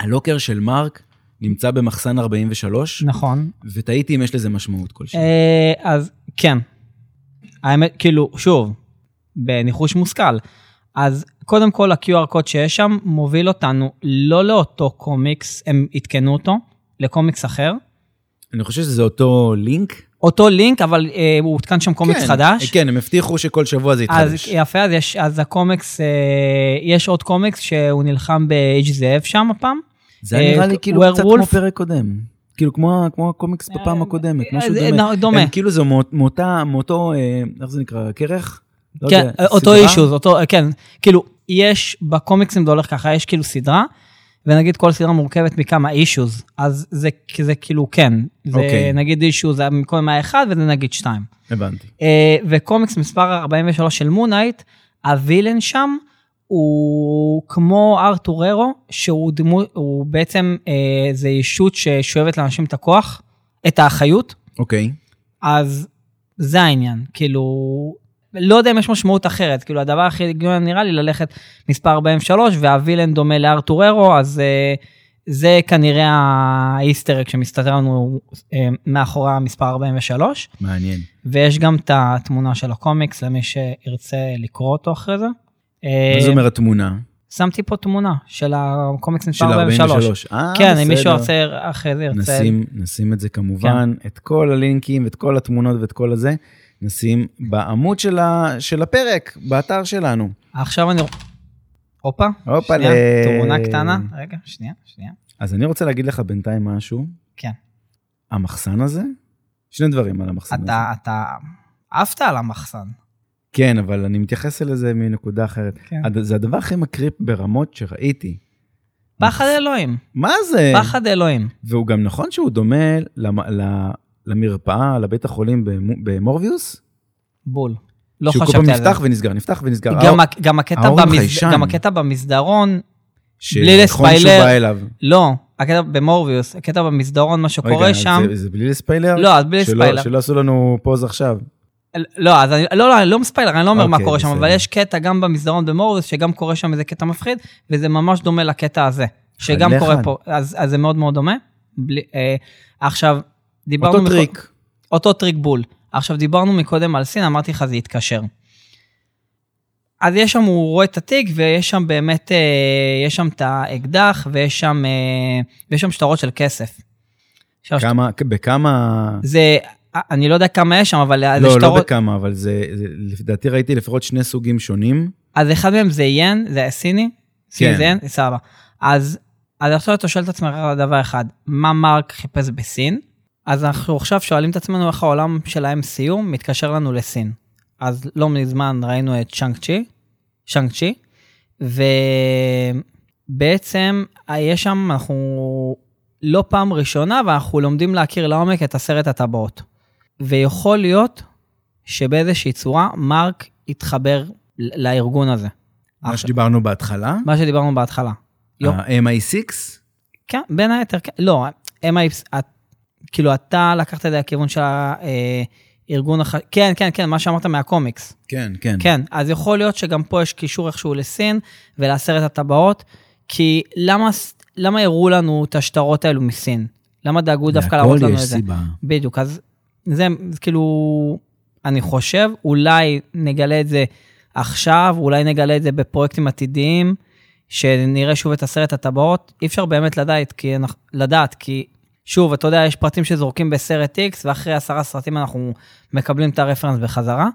והלוקר של מרק נמצא במחסן 43, נכון. ותהיתי אם יש לזה משמעות כלשהי. אה, אז כן. האמת, כאילו, שוב, בניחוש מושכל. אז קודם כל ה-QR קוד שיש שם מוביל אותנו לא לאותו קומיקס, הם עדכנו אותו, לקומיקס אחר. אני חושב שזה אותו לינק. אותו לינק, אבל אה, הוא הותקן שם קומיקס כן, חדש. כן, הם הבטיחו שכל שבוע זה אז אה, יתחדש. יפה, אז יש, אז הקומיקס, אה, יש עוד קומיקס שהוא נלחם באיש זאב שם הפעם. זה היה אה, נראה לי כאילו קצת כמו werewolf. פרק קודם. כאילו כמו, ה- כמו הקומיקס בפעם אה, הקודמת, משהו אה, דומה. אה, דומה. הם כאילו זה מאותה- מאותה, מאותה, אה, איך זה נקרא, כרך? לא כן, יודע, אותו סדרה? אישוז, אותו, כן, כאילו, יש, בקומיקסים זה הולך ככה, יש כאילו סדרה, ונגיד כל סדרה מורכבת מכמה אישוז, אז זה, זה כאילו כן, זה אוקיי. נגיד אישוז, זה במקום היה אחד וזה נגיד שתיים. הבנתי. אה, וקומיקס מספר 43 של מונייט, הווילן שם הוא כמו ארתוררו, שהוא דמות, הוא בעצם, אה, זה ישות ששואבת לאנשים את הכוח, את האחריות, אוקיי. אז זה העניין, כאילו, לא יודע אם יש משמעות אחרת, כאילו הדבר הכי הגיוני נראה לי ללכת מספר 43 והווילן דומה לארתוררו, אז אה, זה כנראה האיסטרק שמסתתר לנו אה, מאחורי המספר 43. מעניין. ויש גם את התמונה של הקומיקס למי שירצה לקרוא אותו אחרי זה. מה אה, זה אומר התמונה? שמתי פה תמונה של הקומיקס של מספר 43. 43. אה, כן, בסדר. אם מישהו כן. ירצה אחרי זה ירצה. נשים, נשים את זה כמובן, את כל הלינקים ואת כל התמונות ואת כל הזה, נשים בעמוד של, ה, של הפרק, באתר שלנו. עכשיו אני... הופה, הופה, שנייה, ל- תמונה קטנה. רגע, שנייה, שנייה. אז אני רוצה להגיד לך בינתיים משהו. כן. המחסן הזה? שני דברים על המחסן הזה. אתה, אתה עפת על המחסן. כן, אבל אני מתייחס אל זה מנקודה אחרת. כן. הד- זה הדבר הכי מקריפ ברמות שראיתי. פחד אלוהים, מה זה? פחד אלוהים. והוא גם נכון שהוא דומה למ- ל- למרפאה, לבית החולים במו- במורביוס? בול. לא שהוא כל חשבתי פעם על זה. נפתח ונסגר, נפתח ונסגר. אה, גם ה- גם הקטע האור במסד- חיישן. גם הקטע במסדרון, ש- בלי נכון שהוא לספיילר. בא אליו. לא, הקטע במורביוס, הקטע במסדרון, מה שקורה רגע, שם. זה- זה בלי לספיילר? לא, אז בלי שלא- ספיילר. שלא עשו לנו פוז עכשיו. לא, אז אני, לא, לא, אני לא מספיילר, אני לא אומר מה אוקיי, קורה שם, אבל בסדר. יש קטע גם במסדרון במורביוס, שגם קורה שם איזה קטע מפחיד, וזה ממש דומה לקטע הזה, שגם אחד קורה לאחד. פה, אז, אז זה מאוד מאוד דומה. בלי, אה, עכשיו, דיברנו... אותו מקו- טריק. אותו טריק בול. עכשיו, דיברנו מקודם על סין, אמרתי לך, זה יתקשר. אז יש שם, הוא רואה את התיק, ויש שם באמת, אה, יש שם את האקדח, ויש שם, אה, ויש שם שטרות של כסף. עכשיו, כמה, בכמה... זה, אני לא יודע כמה יש שם, אבל... זה לא, לא שטרות- בכמה, אבל זה, זה- לדעתי ראיתי לפחות שני סוגים שונים. אז אחד מהם זה יין, זה סיני? סיני זה יין? סבבה. אז, אז עכשיו אתה שואל את עצמך על דבר אחד, מה מרק חיפש בסין? אז אנחנו עכשיו שואלים את עצמנו איך העולם של ה-MCU מתקשר לנו לסין. אז לא מזמן ראינו את צ'אנג צ'י, צ'אנג צ'י, ובעצם אה, יש שם, אנחנו לא פעם ראשונה, ואנחנו לומדים להכיר לעומק את עשרת הטבעות. ויכול להיות שבאיזושהי צורה מרק יתחבר ל- לארגון הזה. מה שדיברנו בהתחלה, מה שדיברנו בהתחלה. יו, ה-MI6, כן, בין היתר, כן, לא, MI, את- כאילו אתה לקחת את זה לכיוון של הארגון, הח... כן, כן, כן, מה שאמרת מהקומיקס. כן, כן. כן, אז יכול להיות שגם פה יש קישור איכשהו לסין ולעשרת הטבעות, כי למה, ס- למה הראו לנו את השטרות האלו מסין? למה דאגו דווקא להראות לנו את זה? סיבה. בדיוק, אז זה זה כאילו, אני חושב, אולי נגלה את זה עכשיו, אולי נגלה את זה בפרויקטים עתידיים, שנראה שוב את עשרת הטבעות. אי אפשר באמת לדעת, כי, אנחנו- לדעת, כי שוב, אתה יודע, יש פרטים שזורקים בסרט X, ואחרי עשרה סרטים אנחנו מקבלים את הרפרנס בחזרה.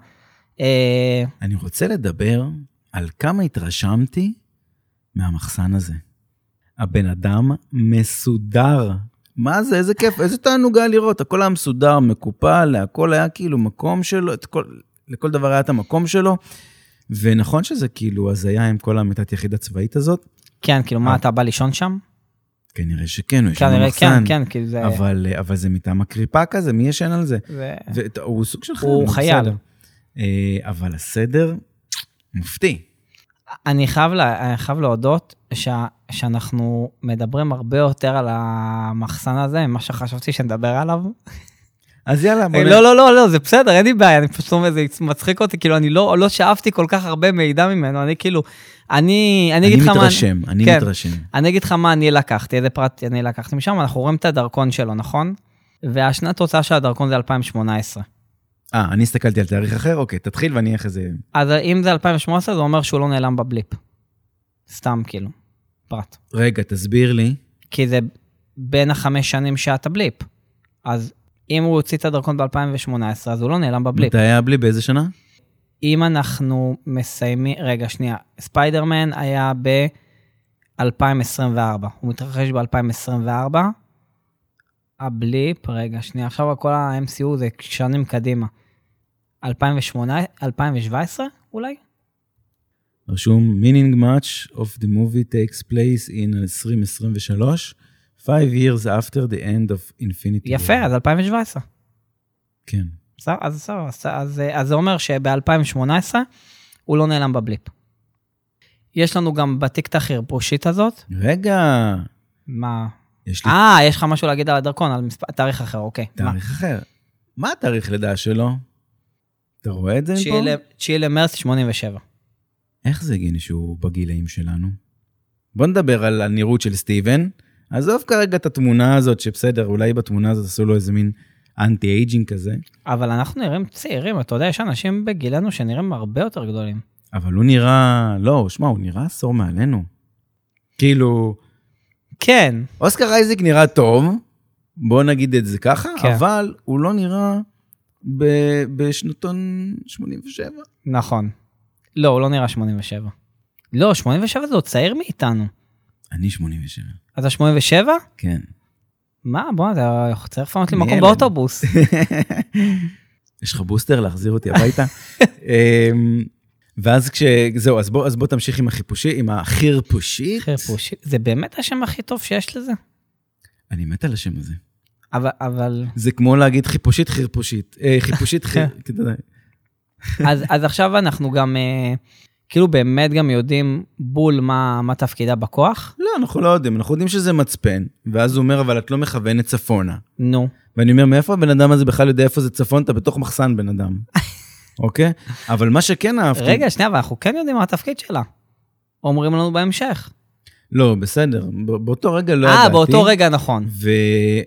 אה, אני רוצה לדבר על כמה התרשמתי מהמחסן הזה. הבן אדם מסודר. מה זה, איזה כיף, איזה תענוג היה לראות. הכל היה מסודר, מקופל, הכל היה כאילו מקום שלו, את כל... לכל דבר היה את המקום שלו. ונכון שזה כאילו הזיה עם כל המיטת יחיד הצבאית הזאת, כן, כאילו, מה, אתה בא לישון שם? כנראה שכן, הוא אה, יש לנו כנראה, מחסן, כן, כן, כאילו, זה... אבל, אה, אבל זה מיטה מקריפה כזה, מי ישן על זה? זה- ואת- הוא סוג של חייל. כן. הוא חייל. בסדר. אה, אבל הסדר, מופתי. אני חייב, לה, אני חייב להודות שה, שאנחנו מדברים הרבה יותר על המחסן הזה ממה שחשבתי שנדבר עליו. אז יאללה, בוא אה, נ- לא, לא, לא, לא, זה בסדר, אין לי בעיה, אני פשוט אומר, זה מצחיק אותי, כאילו, אני לא, לא שאבתי כל כך הרבה מידע ממנו, אני כאילו, אני, אני אני אגיד לך מה... מתרשם, אני כן. מתרשם. אני אגיד לך מה אני לקחתי, איזה פרט אני לקחתי משם, אנחנו רואים את הדרכון שלו, נכון? והשנת תוצאה של הדרכון זה 2018. אה, אני הסתכלתי על תאריך אחר, אוקיי, תתחיל ואני איך זה... אז אם זה 2018, זה אומר שהוא לא נעלם בבליפ. סתם, כאילו, פרט. רגע, תסביר לי. כי זה בין החמש שנים שאתה בליפ. אז אם הוא הוציא את הדרכון ב-2018, אז הוא לא נעלם בבליפ. מתי היה בלי? באיזה שנה? אם אנחנו מסיימים, רגע, שנייה, ספיידרמן היה ב-2024, הוא מתרחש ב-2024, הבליפ, רגע, שנייה, עכשיו כל ה-MCU זה שנים קדימה. 2008, 2017 אולי? רשום, meaning much of the movie takes place in 2023, five years after the end of infinity. War." יפה, אז 2017. כן. בסדר? אז בסדר, אז, אז, אז זה אומר שב-2018 הוא לא נעלם בבליפ. יש לנו גם בתיק את החרבושית הזאת. רגע, מה? יש לי אה, יש לך משהו להגיד על הדרכון, על מספר, תאריך אחר, אוקיי. מה? תאריך אחר. מה התאריך לידה שלו? אתה רואה את זה מפה? 9 ל- 9 למרץ 87. איך זה הגיוני שהוא בגילאים שלנו? בוא נדבר על הנראות של סטיבן. עזוב כרגע את התמונה הזאת, שבסדר, אולי בתמונה הזאת עשו לו איזה מין אנטי אייג'ינג כזה, אבל אנחנו נראים צעירים, אתה יודע, יש אנשים בגילנו שנראים הרבה יותר גדולים. אבל הוא נראה... לא, שמע, הוא נראה עשור מעלינו. כאילו, כן, אוסקר אייזיק נראה טוב, בוא נגיד את זה ככה, כן. אבל הוא לא נראה ב- בשנתון 87. נכון. לא, הוא לא נראה 87. לא, 87 זה עוד צעיר מאיתנו. אני 87. אז ה-87? כן. מה, בוא, אתה צריך לפנות לי אני מקום ילד. באוטובוס. יש לך בוסטר להחזיר אותי הביתה? אמ, ואז כש... זהו, אז בוא, אז בוא תמשיך עם החיפושי, עם החירפושית. חרפושית. זה באמת השם הכי טוב שיש לזה? אני מת על השם הזה. אבל, אבל... זה כמו להגיד חיפושית חירפושית. אה, חיפושית חיר... אתה יודע. אז, אז עכשיו אנחנו גם, אה, כאילו באמת גם יודעים בול מה, מה תפקידה בכוח. לא, אנחנו לא יודעים, אנחנו יודעים שזה מצפן, ואז הוא אומר, אבל את לא מכוונת צפונה. נו, ואני אומר, מאיפה הבן אדם הזה בכלל יודע איפה זה צפון? אתה בתוך מחסן בן אדם, אוקיי? אבל מה שכן אהבתי... רגע, שנייה, אבל אנחנו כן יודעים מה התפקיד שלה. אומרים לנו בהמשך. לא, בסדר, ב- באותו רגע לא ידעתי. אה, באותו רגע נכון.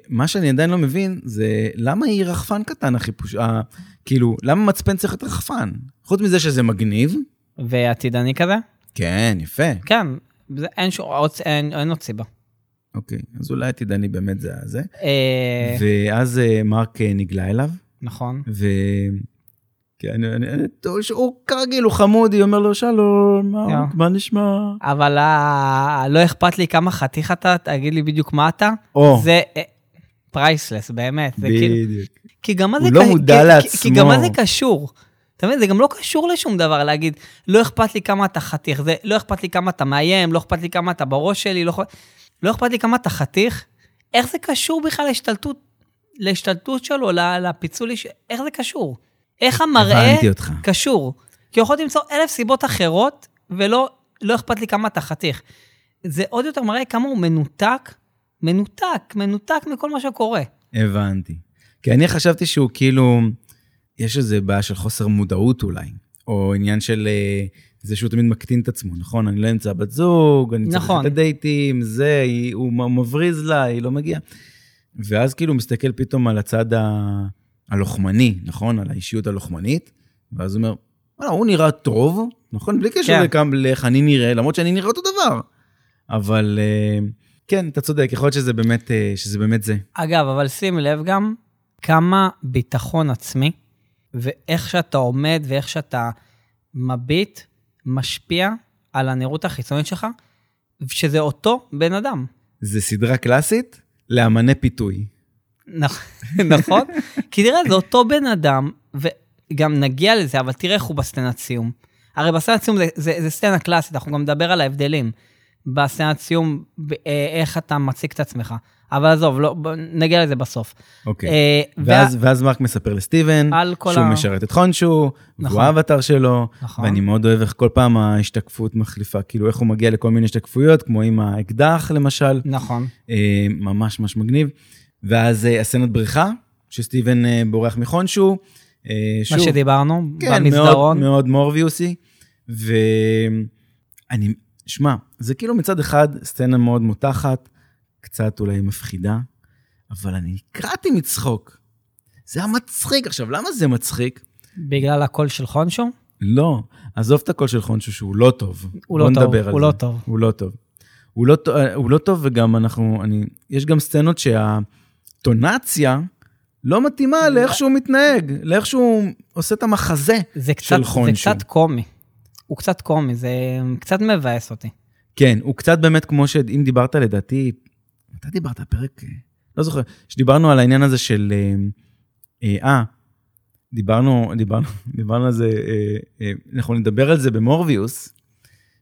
ומה שאני עדיין לא מבין זה למה היא רחפן קטן החיפוש, ה... כאילו, למה מצפן צריך להיות רחפן? חוץ מזה שזה מגניב, ועתידני כזה? כן, יפה. כן, זה, אין, ש... עוד, אין, אין עוד סיבה. אוקיי, אז אולי עתידני באמת זה זה. אה, ואז אה, מרק אה, נגלה אליו, נכון. ו... כן, אני- אני- אני- הוא כרגיל, הוא חמוד, היא אומר לו, שלום, מרק, יא. מה נשמע? אבל אה, לא אכפת לי כמה חתיך אתה, תגיד לי בדיוק מה אתה. או, זה פרייסלס, באמת. זה כאילו... בדיוק. כי גם מה הוא זה... לא ק- מודע כי- לעצמו. כי גם מה זה קשור. אתה מבין, זה גם לא קשור לשום דבר להגיד, לא אכפת לי כמה אתה חתיך, זה לא אכפת לי כמה אתה מאיים, לא אכפת לי כמה אתה בראש שלי, לא, אכפ- לא אכפת לי כמה אתה חתיך. איך זה קשור בכלל להשתלטות, להשתלטות שלו, ל- לפיצול, איש- איך זה קשור? איך המראה הבנתי אותך. קשור? כי יכולת למצוא אלף סיבות אחרות, ולא לא אכפת לי כמה אתה חתיך. זה עוד יותר מראה כמה הוא מנותק, מנותק, מנותק מכל מה שקורה. הבנתי. כי אני חשבתי שהוא כאילו, יש איזה בעיה של חוסר מודעות אולי, או עניין של אה, זה שהוא תמיד מקטין את עצמו, נכון? אני לא אמצא בת זוג, אני צריך נכון. את הדייטים, זה, היא, הוא מ- מבריז לה, היא לא מגיעה. ואז כאילו הוא מסתכל פתאום על הצד ה- הלוחמני, נכון? על האישיות הלוחמנית, ואז הוא אומר, וואלה, הוא נראה טוב, נכון? בלי קשר כן. לכמה- לאיך אני נראה, למרות שאני נראה אותו דבר. אבל אה, כן, אתה צודק, יכול להיות שזה באמת, אה, שזה באמת זה. אגב, אבל שים לב גם כמה ביטחון עצמי, ואיך שאתה עומד ואיך שאתה מביט, משפיע על הנראות החיצונית שלך, שזה אותו בן אדם. זה סדרה קלאסית לאמני פיתוי. נכ- נכון? כי תראה, זה אותו בן אדם, גם נגיע לזה, אבל תראה איך הוא בסצנת סיום. הרי בסצנת סיום זה, זה, זה סצנה קלאסית, אנחנו גם נדבר על ההבדלים. בסצנת סיום, ב- אה, איך אתה מציג את עצמך. אבל עזוב, לא, ב- נגיע לזה בסוף. אוקיי. אה, ואז, ואז מרק מספר לסטיבן, על כל שהוא ה- משרת את חונשו, נכון. והוא האבטר שלו, נכון. ואני מאוד אוהב איך כל פעם ההשתקפות מחליפה, כאילו איך הוא מגיע לכל מיני השתקפויות, כמו עם האקדח למשל, נכון. אה, ממש ממש מגניב. ואז אה, הסצנת בריכה, שסטיבן אה, בורח מחונשו, אה, מה שוב, שדיברנו, כן, מאוד, במסדרון. מאוד מורביוסי. ואני, שמע, זה כאילו מצד אחד סצנה מאוד מותחת, קצת אולי מפחידה, אבל אני נקרעתי מצחוק. זה היה מצחיק. עכשיו, למה זה מצחיק? בגלל הקול של חונשו? לא, עזוב את הקול של חונשו שהוא לא טוב. הוא לא בוא טוב, נדבר על הוא זה. לא טוב. הוא לא טוב. הוא לא, טוב- הוא לא טוב וגם אנחנו, אני, יש גם סצנות שהטונציה לא מתאימה לאיך שהוא מתנהג, לאיך שהוא עושה את המחזה. זה של קצת, זה חונשו. קצת קומי. הוא קצת קומי, זה קצת מבאס אותי. כן, הוא קצת באמת כמו שאם דיברת לדעתי, אתה דיברת פרק, אה, לא זוכר, שדיברנו על העניין הזה של, אה, אה, אה, דיברנו, דיברנו, דיברנו על זה, אה, אה, אנחנו נדבר על זה במורביוס,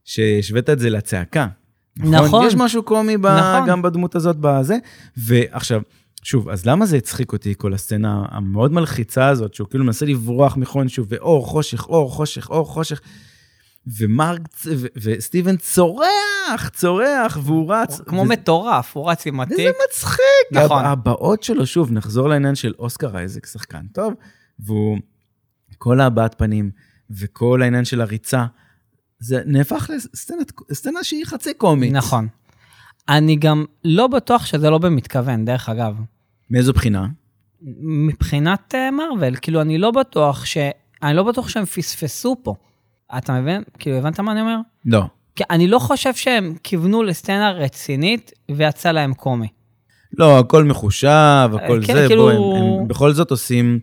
שהשווית את זה לצעקה. נכון. יש משהו קומי ב, נכון. גם בדמות הזאת, בזה. ועכשיו, שוב, אז למה זה הצחיק אותי, כל הסצנה המאוד מלחיצה הזאת, שהוא כאילו מנסה לברוח מחונשו, ואור, חושך, אור, חושך, אור, חושך. ומרק, צ- ו- וסטיבן צורח, צורח, והוא רץ. הוא כמו וזה- מטורף, הוא רץ עם וזה התיק. מצחיק. נכון. נכון. הבעות שלו, שוב, נחזור לעניין של אוסקר אייזק, שחקן טוב, והוא, כל הבעת פנים, וכל העניין של הריצה, זה נהפך לסצנת- סצנה שהיא חצי קומית. נכון. אני גם לא בטוח שזה לא במתכוון, דרך אגב. מאיזו בחינה? מבחינת אה, מארוול, כאילו, אני לא בטוח ש... אני לא בטוח שהם פספסו פה. אתה מבין? כאילו, הבנת מה אני אומר? לא. כי אני לא חושב שהם כיוונו לסצנה רצינית ויצא להם קומי. לא, הכל מחושב, הכל כן, זה, כאילו- בוא, הם הם בכל זאת עושים,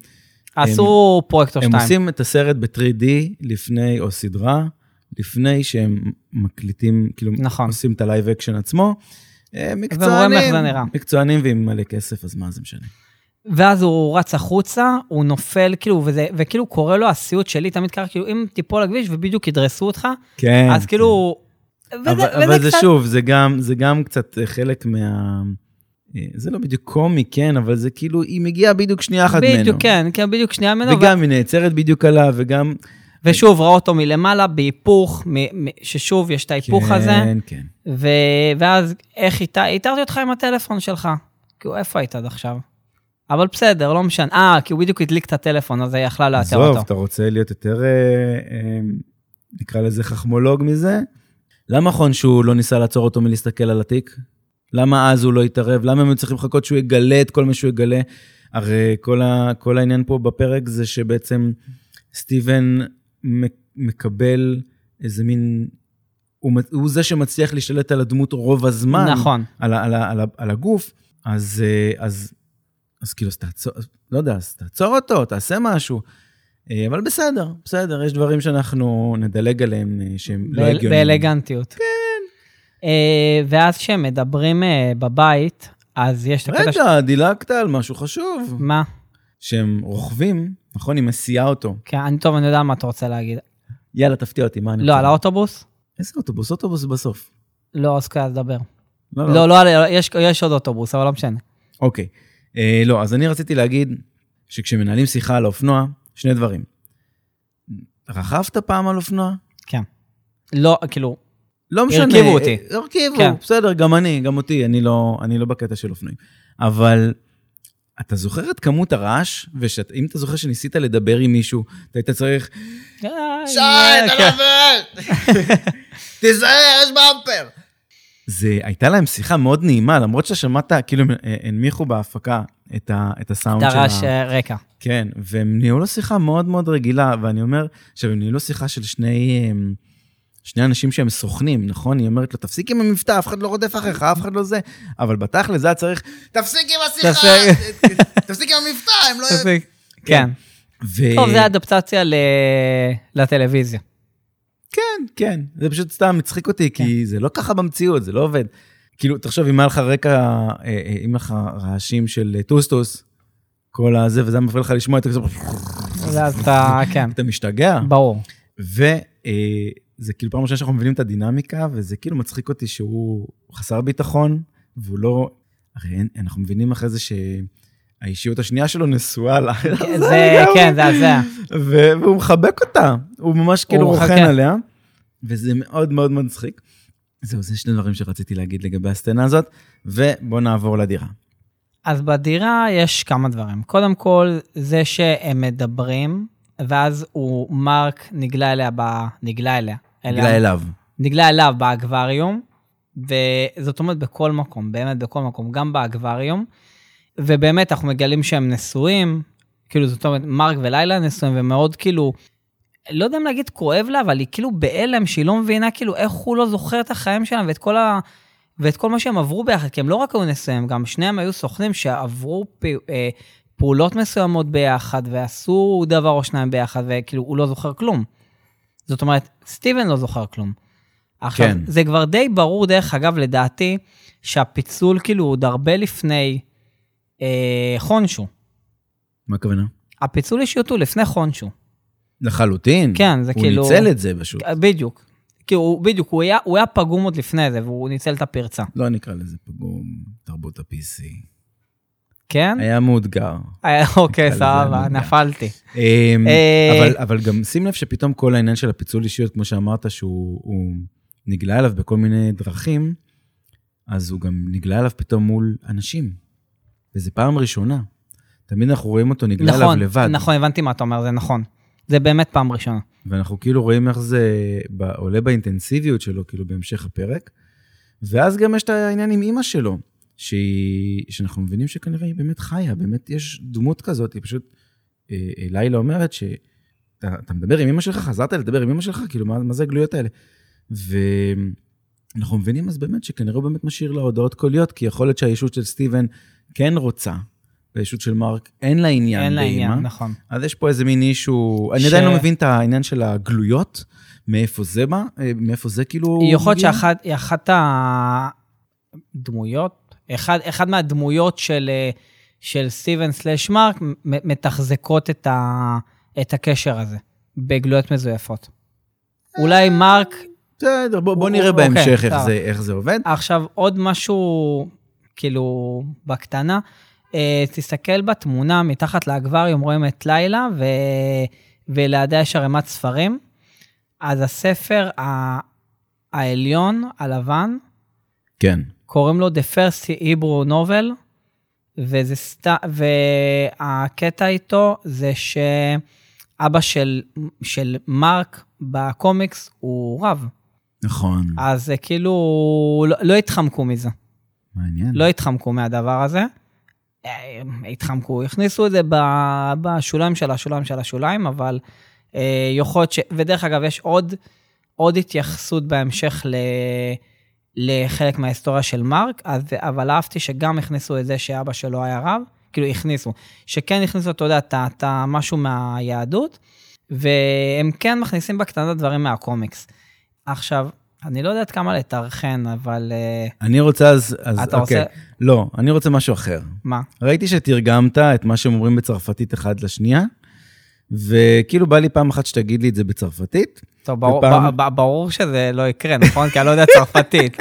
עשו פרויקט או הם לא, שתיים. עושים את הסרט ב-3D לפני, או סדרה, לפני שהם מקליטים, כאילו, נכון. עושים את הלייב אקשן עצמו. אה, ורואים איך מקצוענים, זה נראה. מקצוענים ועם מלא כסף, אז מה זה משנה? ואז הוא רץ החוצה, הוא נופל, כאילו, וזה, וכאילו קורה לו הסיוט שלי, תמיד ככה, כאילו, אם תיפול לכביש ובדיוק ידרסו אותך, כן. אז כאילו... וזה, אבל, וזה אבל זה קצת- שוב, זה גם, זה גם קצת אה, חלק מה... אה, זה לא בדיוק קומי, כן, אבל זה כאילו, היא מגיעה בדיוק שנייה אחת ממנו. בדיוק, כן, כן, בדיוק שנייה ממנו. ו- וגם היא נעצרת בדיוק עליו, וגם... ושוב, ראה אותו מלמעלה, בהיפוך, מ- מ- ששוב, יש את ההיפוך כן, הזה, כן, כן. ו- ואז איך איתה, איתרתי אותך עם הטלפון שלך. כאילו, איפה היית עד עכשיו? אבל בסדר, לא משנה. אה, כי הוא בדיוק הדליק את הטלפון, אז היא יכלה לאתר עזוב, אותו. אתה רוצה להיות יותר, אה, אה, נקרא לזה חכמולוג מזה? למה חונשו לא ניסה לעצור אותו מלהסתכל על התיק? למה אז הוא לא התערב? למה הם היו צריכים לחכות שהוא יגלה את כל מה שהוא יגלה? הרי כל, ה, כל העניין פה בפרק זה שבעצם סטיבן מק- מקבל איזה מין... הוא, מ- הוא זה שמצליח להשתלט על הדמות רוב הזמן. נכון. על, ה- על, ה- על, ה- על הגוף, אז, אה, אז, אז כאילו, אז תעצור, לא יודע, אז תעצור אותו, תעשה משהו. אה, אבל בסדר, בסדר, יש דברים שאנחנו נדלג עליהם אה, שהם לא באל- הגיוניים. באלגנטיות. כן. ואז כשהם מדברים אה, בבית, אז יש את הקטע ש... רגע, דילגת על משהו חשוב. מה? שהם רוכבים, נכון? היא מסיעה אותו. כן, אני טוב, אני יודע מה אתה רוצה להגיד. יאללה, תפתיע אותי, מה אני לא, רוצה? על האוטובוס? איזה אוטובוס? אוטובוס בסוף. לא, אז כן, אז דבר. לא, לא, על- יש- יש עוד אוטובוס, אבל לא משנה. אוקיי. אה, לא, אז אני רציתי להגיד שכשמנהלים שיחה על האופנוע, שני דברים. רכבת פעם על אופנוע? כן. לא, כאילו, לא משנה. הרכיבו אותי. אה, הרכיבו, כן. כן. בסדר, גם אני, גם אותי, אני לא, אני לא בקטע של אופנועים. אבל אתה זוכר את כמות הרעש? ואם אתה זוכר שניסית לדבר עם מישהו, אתה היית צריך... לא שי, אתה תיזהר, יש באמפר! זה, הייתה להם שיחה מאוד נעימה, למרות ששמעת, כאילו, הם אה, הנמיכו בהפקה את, ה, את הסאונד של ה... דרש אה, רקע. כן, והם ניהלו שיחה מאוד מאוד רגילה, ואני אומר, עכשיו, הם ניהלו שיחה של שני, אמ, שני אנשים שהם סוכנים, נכון? היא אומרת לו, תפסיק עם המבטא, אף אחד לא רודף אחריך, אף אחד לא זה, אבל בתכל'ס זה היה צריך... תפסיק עם תפסיק- תפסיק עם המבטא, הם לא... כן. ו... טוב, זה אדפטציה ל- לטלוויזיה. כן, כן, זה פשוט סתם מצחיק אותי, כי כן. זה לא ככה במציאות, זה לא עובד. כאילו, תחשוב, אם היה לך רקע, אה, אה, אם היה לך רעשים של אה, טוסטוס, כל הזה, וזה היה מפריע לך לשמוע את זה, כזה, ואז אתה, כן, אתה משתגע. ברור. וזה כאילו פעם ראשונה שאנחנו מבינים את הדינמיקה, וזה כאילו מצחיק אותי שהוא חסר ביטחון, והוא לא... הרי אין- אנחנו מבינים אחרי זה שהאישיות השנייה שלו נשואה לה. זה, כן, זה הזיה. ו- והוא מחבק אותה, הוא ממש כאילו הוא רוכן מחכה. עליה, וזה מאוד מאוד מצחיק. זהו, זה שני דברים שרציתי להגיד לגבי הסצנה הזאת, ובואו נעבור לדירה. אז בדירה יש כמה דברים. קודם כל, זה שהם מדברים, ואז הוא, מרק נגלה אליה ב... נגלה אליה. אליה- גילה אליו. נגלה אליו באקווריום, וזאת אומרת בכל מקום, באמת בכל מקום, גם באקווריום, ובאמת אנחנו מגלים שהם נשואים, כאילו זאת אומרת, מרק ולילה נשואים, ומאוד כאילו, לא יודע אם להגיד כואב לה, אבל היא כאילו בהלם, שהיא לא מבינה כאילו איך הוא לא זוכר את החיים שלהם ואת כל ה... ואת כל מה שהם עברו ביחד, כי הם לא רק היו נשואים, גם שניהם היו סוכנים שעברו פ... אה, פעולות מסוימות ביחד, ועשו דבר או שניים ביחד, וכאילו, הוא לא זוכר כלום. זאת אומרת, סטיבן לא זוכר כלום. עכשיו, כן. זה כבר די ברור, דרך אגב, לדעתי, שהפיצול כאילו עוד הרבה לפני אה, חונשו. מה הכוונה? הפיצול אישיות הוא לפני חונשו. לחלוטין. כן, זה כאילו- הוא ניצל את זה פשוט. בדיוק. כאילו, הוא- בדיוק, הוא היה, הוא היה פגום עוד לפני זה, והוא ניצל את הפרצה. לא נקרא לזה פגום, תרבות ה-PC. כן? היה מאותגר. אה, אוקיי, נקרא לזה, אני סבבה, יודע. נפלתי. אמ, אה. אבל- אבל גם שים לב שפתאום כל העניין של הפיצול אישיות, כמו שאמרת, שהוא הוא נגלה אליו בכל מיני דרכים, אז הוא גם נגלה אליו פתאום מול אנשים. וזו פעם ראשונה. תמיד אנחנו רואים אותו נגלה אליו נכון, לבד. נכון, הבנתי מה אתה אומר, זה נכון. זה באמת פעם ראשונה. ואנחנו כאילו רואים איך זה ב- עולה באינטנסיביות שלו, כאילו בהמשך הפרק. ואז גם יש את העניין עם אימא שלו, שהיא, שאנחנו מבינים שכנראה היא באמת חיה, באמת יש דמות כזאת, היא פשוט, אה, אה, לילה אומרת ש... אתה, אתה מדבר עם אמא שלך, חזרת לדבר עם אמא שלך, כאילו, מה, מה זה הגלויות האלה? ואנחנו מבינים אז באמת שכנראה הוא באמת משאיר לה הודעות קוליות, כי יכול להיות שהישות של סטיבן כן רוצה, והישות של מרק אין לה עניין אין לה באמא. עניין, נכון. אז יש פה איזה מין אישו, אני ש- עדיין לא מבין את העניין של הגלויות, מאיפה זה בא, אה, מאיפה זה כאילו... יכול להיות מגיע. שאחת היא אחת הדמויות, אחד, אחד מהדמויות של, אה, של סטיבן סלאש מרק מ- מתחזקות את, ה, את הקשר הזה בגלויות מזויפות. אולי מרק, בסדר, בוא, בוא הוא- נראה הוא- אוקיי, בהמשך איך, סבבה. זה, איך זה עובד. עכשיו עוד משהו, כאילו, בקטנה, אה, תסתכל בתמונה מתחת לאקווריום, רואים את לילה, ו... ולידה יש ערימת ספרים. אז הספר ה... העליון, הלבן, כן. קוראים לו The First Hebrew Novel, וזה סת... והקטע איתו זה שאבא של, של מרק בקומיקס הוא רב, נכון, אז זה כאילו, לא, לא התחמקו מזה, מעניין. לא התחמקו מהדבר הזה. אה, התחמקו, הכניסו את זה ב- בשוליים של השוליים של השוליים, אבל אה, יכול להיות ש... ודרך אגב, יש עוד, עוד התייחסות בהמשך ל... לחלק מההיסטוריה של מרק, אז, אבל אהבתי שגם הכניסו את זה שאבא שלו היה רב, כאילו הכניסו, שכן הכניסו, אתה יודע, את ה- את ה- משהו מהיהדות, והם כן מכניסים בקטנה דברים מהקומיקס. עכשיו, אני לא יודעת כמה לטרחן, אבל אה, אני רוצה אז, אז אתה אוקיי. רוצה... לא, אני רוצה משהו אחר. מה? ראיתי שתרגמת את מה שהם אומרים בצרפתית אחד לשנייה, וכאילו בא לי פעם אחת שתגיד לי את זה בצרפתית. טוב, ברור, ופעם- ב- ב- ברור שזה לא יקרה, נכון? כי אני לא יודע צרפתית.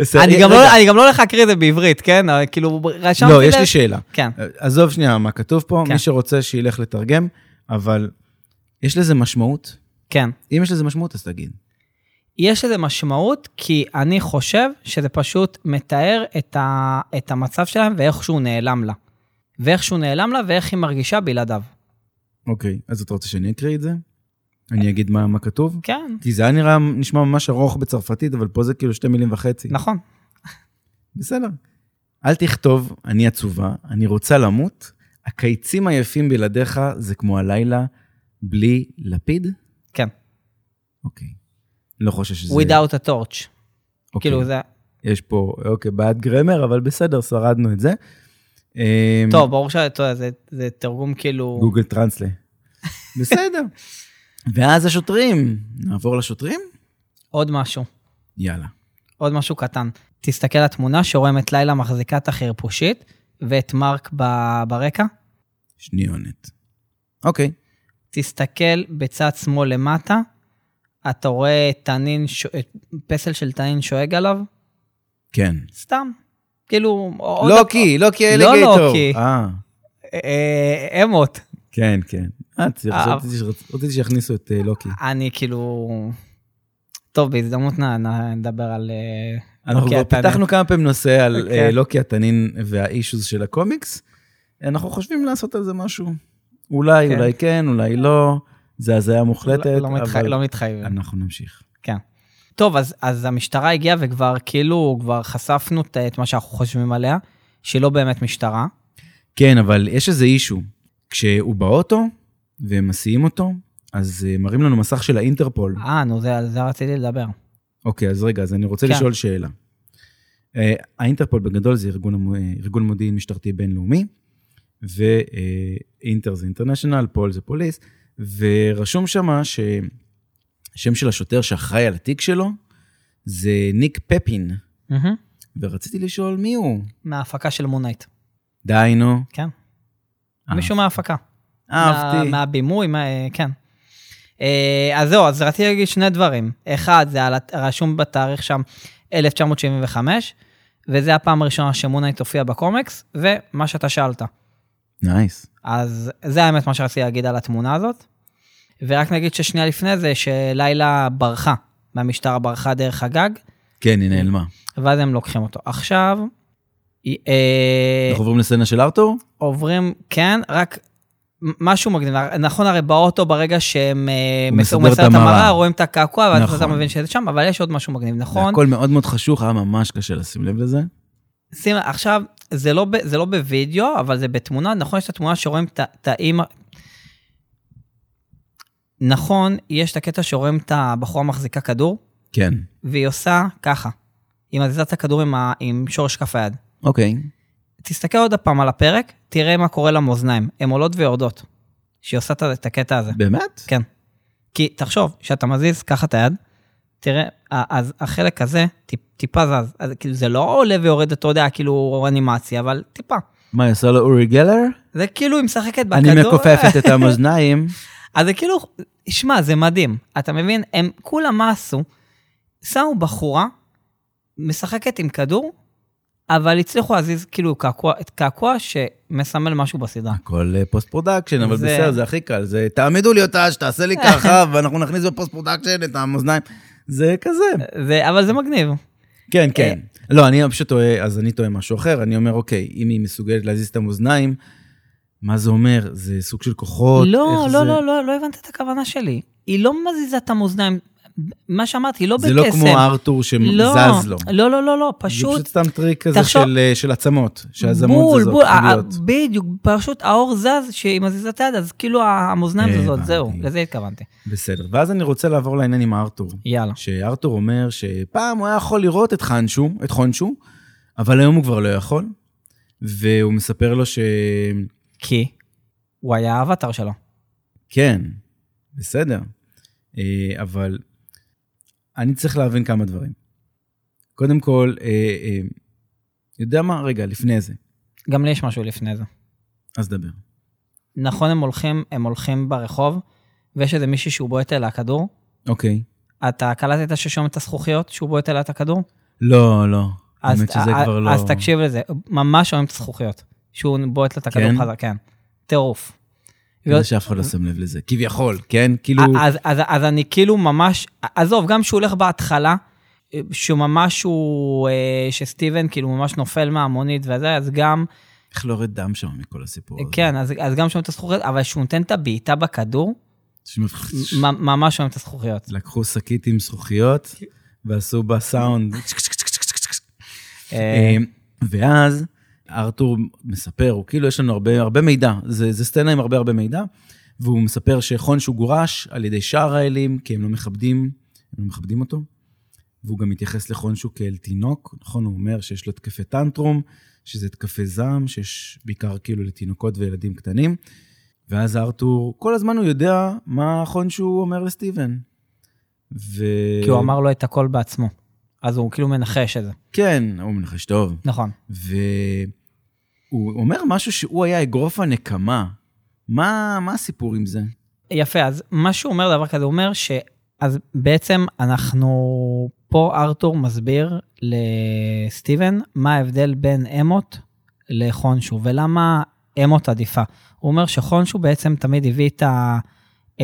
בסדר, אני גם אה, רגע. לא- אני גם לא הולך להקריא את זה בעברית, כן? אבל כאילו, רשמתי לא, יש לב- לי שאלה. כן. עזוב שנייה מה כתוב פה, כן. מי שרוצה שילך לתרגם, אבל יש לזה משמעות? כן. אם יש לזה משמעות, אז תגיד. יש לזה משמעות, כי אני חושב שזה פשוט מתאר את, ה, את המצב שלהם ואיך שהוא נעלם לה. ואיך שהוא נעלם לה ואיך היא מרגישה בלעדיו. אוקיי, אז אתה רוצה שאני אקריא את זה? אני אגיד מה, מה כתוב? כן, כי זה היה נראה, נשמע ממש ארוך בצרפתית, אבל פה זה כאילו שתי מילים וחצי. נכון. בסדר. אל תכתוב, אני עצובה, אני רוצה למות, הקיצים היפים בלעדיך זה כמו הלילה בלי לפיד? כן. אוקיי. לא חושב שזה... Without a torch. אוקיי. כאילו זה... יש פה, אוקיי, בעד גרמר, אבל בסדר, שרדנו את זה. אמ, טוב, ברור שאתה יודע, זה- זה תרגום כאילו... גוגל טרנסלה. בסדר. ואז השוטרים, נעבור לשוטרים? עוד משהו. יאללה. עוד משהו קטן. תסתכל על התמונה שרואים את לילה מחזיקה את החרפושית ואת מרק ב... ברקע. שניונת. אוקיי. תסתכל בצד שמאל למטה, אתה רואה תנין, ש- פסל של תנין שואג עליו, כן. סתם. כאילו, עוד- לא כי, לא כי לא, לא אלגייטור. כי. אה, אה, אמות. כן, כן. אה, צריך- אה, רציתי ש- רציתי שיכניסו את אה, לוקי. אני כאילו... טוב, בהזדמנות נ- נ- נדבר על... אה, אנחנו לוקי כבר התנין. פיתחנו כמה פעמים נושא על אוקיי. אה, לוקי התנין והאישוז של הקומיקס. אנחנו חושבים לעשות על זה משהו. אולי, כן. אולי כן, אולי לא. זה הזיה מוחלטת, לא- לא מתחי- אבל לא מתחייב. אנחנו נמשיך. כן. טוב, אז, אז המשטרה הגיעה וכבר כאילו, כבר חשפנו את, את מה שאנחנו חושבים עליה, שהיא לא באמת משטרה. כן, אבל יש איזה אישו. כשהוא באוטו והם מסיעים אותו, אז אה, מראים לנו מסך של האינטרפול. אה, נו, זה, על זה רציתי לדבר. אוקיי, אז רגע, אז אני רוצה כן. לשאול שאלה. אה, האינטרפול בגדול זה ארגון, המו- אה, ארגון מודיעין משטרתי בינלאומי, ואינטר זה אינטרנשיונל, פול זה פוליס, ורשום שמה ששם של השוטר שאחראי על התיק שלו זה ניק פפין, מהמם. ורציתי לשאול מי הוא. מההפקה של מונייט. די, נו. כן. אה, מישהו מההפקה. אהבתי. מה- מהבימוי, מה, כן. אה, אז זהו, אז רציתי להגיד שני דברים. אחד, זה על, הת- רשום בתאריך שם 1975, וזה הפעם הראשונה שמונייט הופיע בקומיקס, ומה שאתה שאלת. נייס. אז זה האמת מה שרציתי להגיד על התמונה הזאת. ורק נגיד ששנייה לפני זה, שלילה ברחה, והמשטרה ברחה דרך הגג, כן, היא נעלמה. ואז הם לוקחים אותו. עכשיו, היא- אה, אנחנו עוברים לסצנה של ארתור? עוברים, כן, רק מ- משהו מקדים. נכון, הרי באוטו ברגע שהם... אה, הוא מס- הוא מסדר את המראה. רואים את הקעקוע, ואז נכון. אתה מבין שזה שם, אבל יש עוד משהו מגניב, נכון? הכל מאוד מאוד חשוך, היה ממש קשה לשים לב לזה. שים, עכשיו, זה לא, ב- זה לא בווידאו, אבל זה בתמונה. נכון, יש את התמונה שרואים את ה- את האימא... נכון, יש את הקטע שרואים את הבחורה מחזיקה כדור, כן. והיא עושה ככה. היא מזיזה את הכדור עם, ה... עם שורש כף היד. אוקיי. כן. תסתכל עוד פעם על הפרק, תראה מה קורה למאזניים. הן עולות ויורדות. שהיא עושה את ה- את הקטע הזה. באמת? כן. כי תחשוב, שאתה מזיז, ככה את היד, תראה, ה- אז החלק הזה טיפ, טיפה זז. אז כאילו זה לא עולה ויורד, אתה יודע, כאילו אנימציה, אבל טיפה. מה, היא עושה לו אורי גלר? זה כאילו היא משחקת בכדור. אני מכופפת את המאזניים. אז זה כאילו, שמע, זה מדהים. אתה מבין? הם כולם מה עשו? שמו בחורה, משחקת עם כדור, אבל הצליחו להזיז כאילו קעקוע, את קעקוע שמסמל משהו בסדרה. הכל פוסט פרודקשן, אבל זה- בסדר, זה הכי קל. זה, תעמידו לי אותה, שתעשה לי ככה, ואנחנו נכניס בפוסט פרודקשן את המאזניים. זה כזה. זה, אבל זה מגניב. אה, כן, כן. לא, אני פשוט טועה, אז אני טועה משהו אחר. אני אומר, אוקיי, אם היא מסוגלת להזיז את המאזניים, מה זה אומר? זה סוג של כוחות? לא, איך לא, זה- לא, לא, לא הבנת את הכוונה שלי. היא לא מזיזה את המאזניים. מה שאמרתי, היא לא בקסם. זה לא כמו ארתור לא, שזז לו. לא, לא, לא, לא, זה פשוט פשוט סתם טריק כזה תחשוב- של, אה, של עצמות, שהזמות בול, זזות. בול, אה, ה- ה- חוליות. בדיוק, פשוט האור זז, שהיא מזיזה את היד, אז כאילו המאזניים זזות, אה, הבנתי. זהו, לזה התכוונתי. בסדר. ואז אני רוצה לעבור לעניין עם ארתור. יאללה. שארתור אומר שפעם הוא היה יכול לראות את חנשו, את חונשו, אבל היום הוא כבר לא יכול, והוא מספר לו ש... כי הוא היה האבטר שלו. כן, בסדר, אה, אבל אני צריך להבין כמה דברים. קודם כל, אה, אה, יודע מה? רגע, לפני זה, גם לי יש משהו לפני זה. אז דבר. נכון, הם הולכים, הם הולכים ברחוב, ויש איזה מישהי שהוא בועט אליה כדור. אוקיי. אתה קלטת ששומע את הזכוכיות שהוא בועט אליה את הכדור? לא, לא. אז- האמת שזה א- כבר א- לא... אז תקשיב לזה, ממש שומעים את הזכוכיות. שהוא בועט לה את הכדור כן? חזק, כן. טירוף. כנראה שאף אחד לא שם לב לזה. כביכול, כן? כאילו... אז, אז, אז אני כאילו ממש, עזוב, גם שהוא הולך בהתחלה, שהוא ממש הוא, אה, שסטיבן כאילו ממש נופל מהמונית וזה, אז גם, איך לא יורד דם שם מכל הסיפור הזה? כן, אז, אז גם שומעים את הזכוכיות, אבל כשהוא נותן את הבעיטה בכדור, שמפחיד. מ- ממש שומעים את הזכוכיות. לקחו שקית עם זכוכיות כן. ועשו בה סאונד. אה, ואז ארתור מספר, הוא כאילו, יש לנו הרבה, הרבה מידע, זה, זה סצנה עם הרבה הרבה מידע, והוא מספר שחונשו גורש על ידי שאר האלים, כי הם לא מכבדים, הם לא מכבדים אותו. והוא גם מתייחס לחונשו כאל תינוק, נכון? הוא אומר שיש לו התקפי טנטרום, שזה התקפי זעם, שיש בעיקר כאילו לתינוקות וילדים קטנים. ואז ארתור, כל הזמן הוא יודע מה חונשו אומר לסטיבן. ו... כי הוא אמר לו את הכל בעצמו. אז הוא כאילו מנחש את זה. כן, הוא מנחש טוב. נכון. והוא אומר משהו שהוא היה אגרוף הנקמה מה, מה הסיפור עם זה? יפה, אז מה שהוא אומר דבר כזה, הוא אומר ש... אז בעצם אנחנו... פה ארתור מסביר לסטיבן מה ההבדל בין אמות לחונשו, ולמה אמות עדיפה. הוא אומר שחונשו בעצם תמיד הביא את, ה...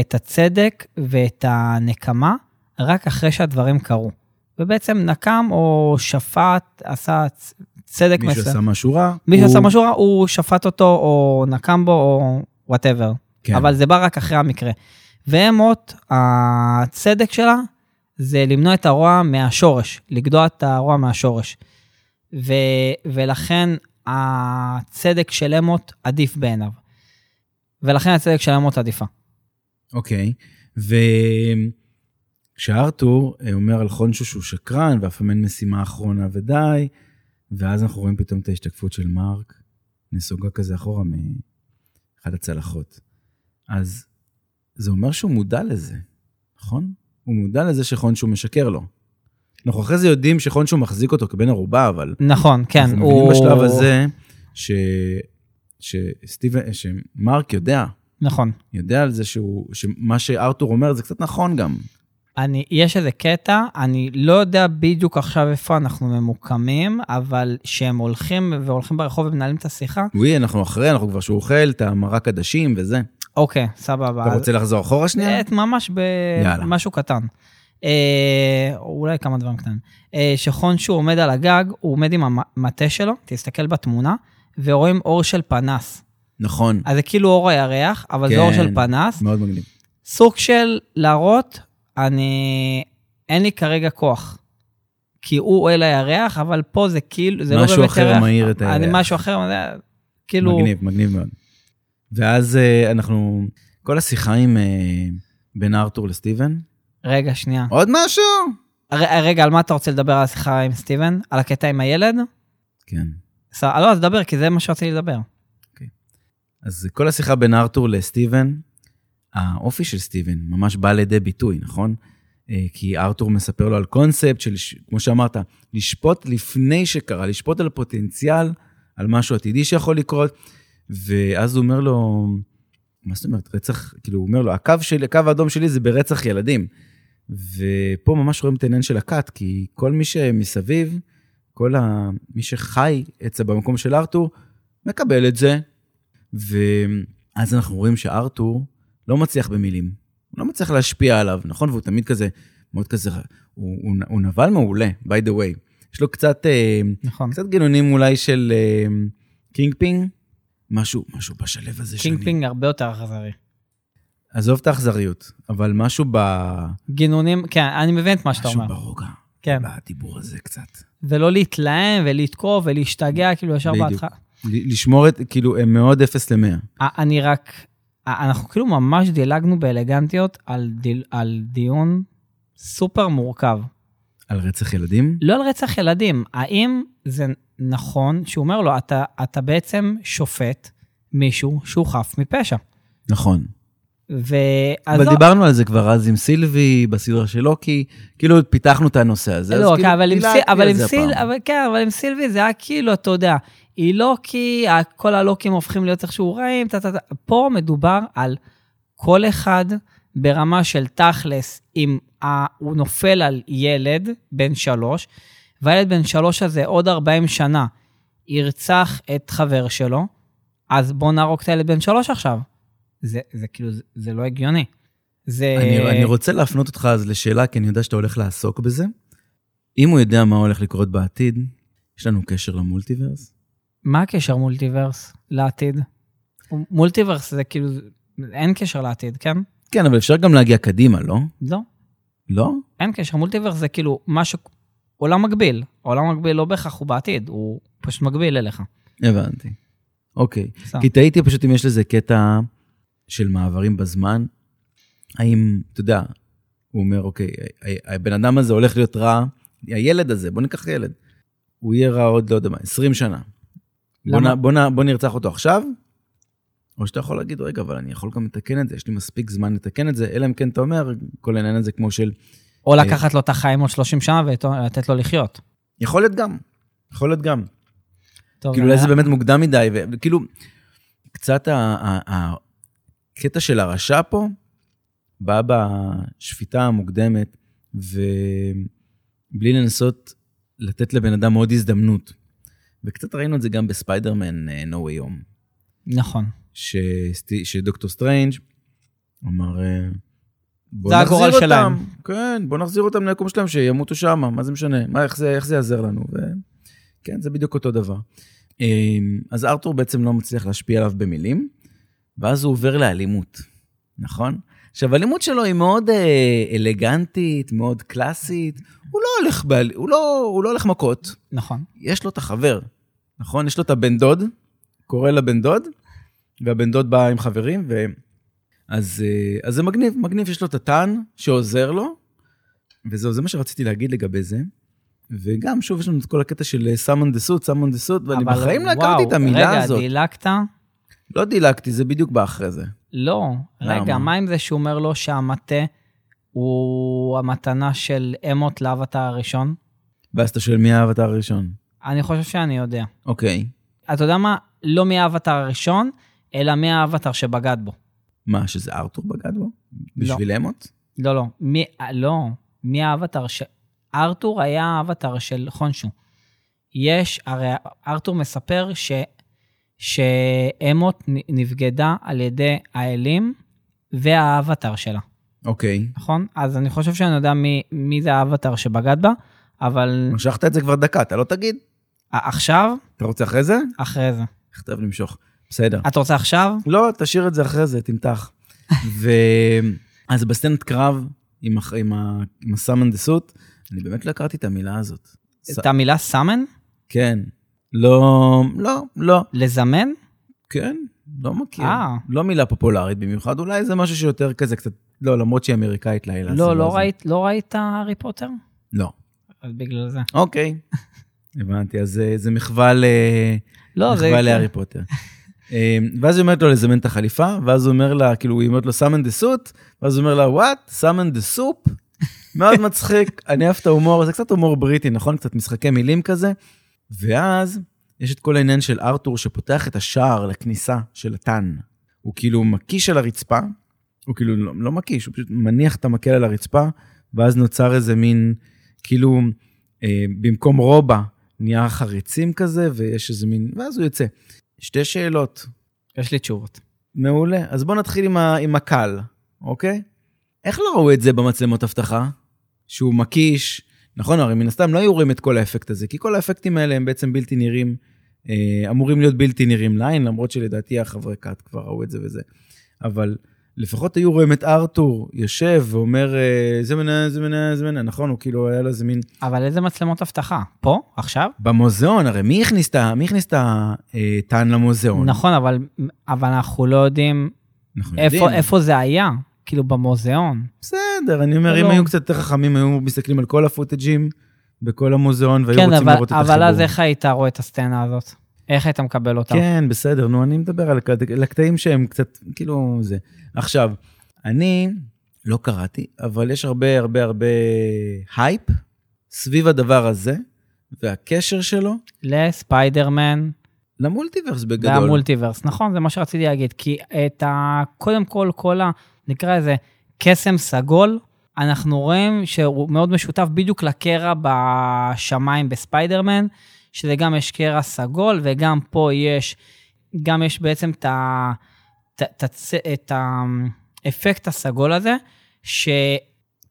את הצדק ואת הנקמה רק אחרי שהדברים קרו. ובעצם נקם או שפט, עשה צ- צדק מישהו מסוים. עשה משהו רע? מי הוא- שעשה משהו רע, הוא שפט אותו, או נקם בו, או וואטאבר. כן. כן. אבל זה בא רק אחרי המקרה. ואמות, הצדק שלה זה למנוע את הרוע מהשורש, לגדוע את הרוע מהשורש. ו, ולכן הצדק של אמות עדיף בעיניו. ולכן הצדק של אמות עדיפה. אוקיי. וכשארתור אה, אומר על חונשו שהוא שקרן, ואף פעם אין משימה אחרונה ודי, ואז אנחנו רואים פתאום את ההשתקפות של מרק, נסוגה כזה אחורה מאחד הצלחות. אז זה אומר שהוא מודע לזה, נכון? הוא מודע לזה שחונשו משקר לו. אנחנו אחרי זה יודעים שחונשו מחזיק אותו כבן ערובה, אבל נכון, כן, אנחנו מבינים בשלב הזה ש... שסטיבן, שמרק יודע, נכון. יודע על זה שהוא, שמה שארתור אומר זה קצת נכון גם. אני, יש איזה קטע, אני לא יודע בדיוק עכשיו איפה אנחנו ממוקמים, אבל שהם הולכים והולכים ברחוב ומנהלים את השיחה, וואי, אנחנו אחרי, אנחנו כבר שהוא אוכל את המרק עדשים וזה. אוקיי, סבבה. אתה רוצה לחזור אחורה שנייה? את ממש יאללה. במשהו קטן. אה, אולי כמה דברים קטנים. אה, שחונשו עומד על הגג, הוא עומד עם המטה שלו, תסתכל בתמונה, ורואים אור של פנס. נכון, אז זה כאילו אור הירח, אבל זה אור כן. של פנס. מאוד מגניב. סוג של להראות, אני... אין לי כרגע כוח. כי הוא אל הירח, אבל פה זה כאילו, זה לא באמת ירח. משהו אחר מאיר את אני הירח. משהו אחר, זה- כאילו... מגניב, מגניב מאוד. ואז אה, אנחנו, כל השיחה עם אה, בין ארתור לסטיבן. רגע, שנייה. עוד משהו? ר- רגע, על מה אתה רוצה לדבר על השיחה עם סטיבן? על הקטע עם הילד? כן. ס- לא, אז דבר, כי זה מה שרציתי לדבר. אז כל השיחה בין ארתור לסטיבן, האופי של סטיבן ממש בא לידי ביטוי, נכון? אה, כי ארתור מספר לו על קונספט של, ש- כמו שאמרת, לשפוט לפני שקרה, לשפוט על פוטנציאל, על משהו עתידי שיכול לקרות, ואז הוא אומר לו, מה זאת אומרת, רצח, כאילו, הוא אומר לו, הקו שלי, הקו האדום שלי זה ברצח ילדים. ופה ממש רואים את העניין של הכת, כי כל מי שמסביב, כל ה... מי שחי אצל במקום של ארתור, מקבל את זה, ואז אנחנו רואים שארתור לא מצליח במילים. הוא לא מצליח להשפיע עליו, נכון? והוא תמיד כזה, מאוד כזה, הוא, הוא, הוא נבל מעולה, by the way. יש לו קצת, אה, נכון. קצת גינונים אולי של אה, קינג פינג, משהו, משהו בשלב הזה שאני... קינג פינג הרבה יותר אכזרי. עזוב את האכזריות, אבל משהו ב... גינונים, כן, אני מבין את מה שאתה משהו אומר. ברוגע, כן. בדיבור הזה קצת. ולא להתלהם ולתקוף ולהשתגע, כאילו, ישר בדיוק. בהתחלה. ל- לשמור את, כאילו, הם מאוד אפס למאה. א- אני רק, א- אנחנו כאילו ממש דילגנו באלגנטיות על, דיל, על דיון סופר מורכב. על רצח ילדים? לא על רצח ילדים, האם זה נכון שהוא אומר לו, אתה, אתה בעצם שופט מישהו שהוא חף מפשע. נכון. ואז לא- אבל דיברנו על זה כבר אז עם סילבי, בסדרה של לוקי, כאילו פיתחנו את הנושא הזה. אז לא, כאילו כן, אבל עם דילגתי סיל- על אבל עם זה סיל- הפעם. אבל כן, אבל עם סילבי זה היה כאילו, אתה יודע, היא לא כי ה- כל הלוקים הופכים להיות איכשהו רעים, טה, טה, טה. פה מדובר על כל אחד ברמה של תכלס, אם ה- הוא נופל על ילד בן שלוש, והילד בן שלוש הזה עוד 40 שנה ירצח את חבר שלו, אז בוא נהרוג את הילד בן שלוש עכשיו. זה, זה כאילו, זה, זה לא הגיוני. זה... אני- אני רוצה להפנות אותך אז לשאלה, כי אני יודע שאתה הולך לעסוק בזה. אם הוא יודע מה הולך לקרות בעתיד, יש לנו קשר למולטיברס? מה הקשר מולטיברס לעתיד? מולטיברס זה כאילו, אין קשר לעתיד, כן? כן, אבל אפשר גם להגיע קדימה, לא? לא, לא? אין קשר. מולטיברס זה כאילו משהו, עולם מקביל. העולם מקביל לא בהכרח הוא בעתיד, הוא פשוט מקביל אליך. הבנתי. אוקיי. בסדר. כי תהיתי פשוט אם יש לזה קטע של מעברים בזמן. האם, אתה יודע, הוא אומר, אוקיי, ה- ה- הבן אדם הזה הולך להיות רע, הילד הזה, בוא ניקח ילד. הוא יהיה רע עוד, לא יודע מה, 20 שנה. בוא, למה? נ, בוא, נ, בוא נרצח אותו עכשיו, או שאתה יכול להגיד, רגע, אבל אני יכול גם לתקן את זה, יש לי מספיק זמן לתקן את זה, אלא אם כן אתה אומר, כל העניין הזה כמו של... או לקחת לו את החיים עוד 30 שנה ולתת לו לחיות. יכול להיות גם, יכול להיות גם. טוב, כאילו אולי אני- זה באמת מוקדם מדי, ו- וכאילו, קצת ה- ה- ה- הקטע של הרשע פה בא בשפיטה המוקדמת, ובלי לנסות לתת לבן אדם עוד הזדמנות. וקצת ראינו את זה גם בספיידרמן אה, No Way Home, נכון. שסטי- שדוקטור סטרנג' אמר, אה, בוא זה הגורל אותם. שלהם. כן, בוא נחזיר אותם ליקום שלהם, שימותו שם, מה זה משנה? מה, איך זה, איך זה יעזר לנו? ו... כן, זה בדיוק אותו דבר. אה, אז ארתור בעצם לא מצליח להשפיע עליו במילים, ואז הוא עובר לאלימות, נכון? עכשיו, האלימות שלו היא מאוד אה, אלגנטית, מאוד קלאסית. הוא לא הולך, באל... הוא לא, הוא לא הולך מכות. נכון. יש לו את החבר, נכון? יש לו את הבן דוד, קורא לבן דוד, והבן דוד בא עם חברים, ו... אז, אה, אז זה מגניב, מגניב, יש לו את הטן שעוזר לו, וזהו, זה מה שרציתי להגיד לגבי זה. וגם, שוב, יש לנו את כל הקטע של אה, summon the suit, summon the suit, ואני אבל בחיים לא וואו, הכרתי את המילה הזאת. רגע, דילגת? לא דילגתי, זה בדיוק בא אחרי זה. לא. למה? רגע, מה עם זה שהוא אומר לו שהמטה הוא המתנה של אמות לאבטר הראשון? ואז אתה שואל מי האבטר הראשון. אני חושב שאני יודע. אוקיי, אתה יודע מה? לא מי האבטר הראשון, אלא מי האבטר שבגד בו. מה, שזה ארתור בגד בו? בשביל אמות? לא, לא. מי, אה, לא. מי האבטר ש... ארתור היה האבטר של חונשו. יש, הרי ארתור מספר ש... שאמות נ- נבגדה על ידי האלים והאבטר שלה, אוקיי. נכון? אז אני חושב שאני יודע מי, מי זה האבטר שבגד בה, אבל משכת את זה כבר דקה, אתה לא תגיד? ה- עכשיו, אתה רוצה אחרי זה? אחרי זה. תכתב למשוך. בסדר. את רוצה עכשיו? לא, תשאיר את זה אחרי זה, תמתח. ו... אז בסצנת קרב עם, הח... עם, ה... עם הסאמן דה סוט, אני באמת לא הכרתי את המילה הזאת. ס... את המילה סמן? כן. לא, לא, לא. לזמן? כן, לא מכיר. אה. לא מילה פופולרית במיוחד, אולי זה משהו שיותר כזה קצת... לא, למרות שהיא אמריקאית לילה. זה לא, לא זה. ראית, לא ראית הארי פוטר? לא. אז בגלל זה. אוקיי. הבנתי, אז אה, זה מחווה ל... לא, זה... מחווה להארי פוטר. אה, ואז היא אומרת לו לזמן את החליפה, ואז הוא אומר לה, כאילו, היא אומרת לו summon the suit, ואז הוא אומר לה, what? summon the soup? מאוד מצחיק, אני אוהב את ההומור, זה קצת הומור בריטי, נכון? קצת משחקי מילים כזה. ואז יש את כל העניין של ארתור שפותח את השער לכניסה של הטן. הוא כאילו מקיש על הרצפה, הוא כאילו לא, לא מקיש, הוא פשוט מניח את המקל על הרצפה, ואז נוצר איזה מין, כאילו, אה, במקום רובע, נהיה חריצים כזה, ויש איזה מין, ואז הוא יוצא. שתי שאלות, יש לי תשובות. מעולה. אז בואו נתחיל עם, ה, עם הקל, אוקיי? איך לא ראו את זה במצלמות אבטחה? שהוא מקיש, נכון, הרי מן הסתם לא היו רואים את כל האפקט הזה, כי כל האפקטים האלה הם בעצם בלתי נראים, אה, אמורים להיות בלתי נראים לעין, למרות שלדעתי החברי כת כבר ראו את זה וזה. אבל לפחות היו רואים את ארתור יושב ואומר, אה, זה מנה, זה מנה, זה מנה, נכון, הוא כאילו היה לו איזה מין אבל איזה מצלמות אבטחה? פה? עכשיו? במוזיאון, הרי מי הכניס את ה- מי הכניס את הטען למוזיאון? נכון, אבל, אבל אנחנו לא יודעים אנחנו איפה, יודעים. איפה זה היה, כאילו במוזיאון. בסדר, אני אומר, אם לא. היו קצת יותר חכמים, היו מסתכלים על כל הפוטג'ים בכל המוזיאון, והיו כן, רוצים אבל, לראות את החיבור. אבל אז איך היית רואה את הסצנה הזאת? איך היית מקבל אותה? כן, בסדר, נו, אני מדבר על הקט- על הקטעים שהם קצת, כאילו, זה. עכשיו, אני לא קראתי, אבל יש הרבה הרבה הרבה הייפ סביב הדבר הזה, והקשר שלו לספיידרמן למולטיברס בגדול. והמולטיברס. נכון, זה מה שרציתי להגיד, כי את ה... קודם כל, כל ה... נקרא לזה קסם סגול, אנחנו רואים שהוא מאוד משותף בדיוק לקרע בשמיים בספיידרמן, שזה גם יש קרע סגול, וגם פה יש, גם יש בעצם את ה... ת- ת- צ- את האפקט הסגול הזה,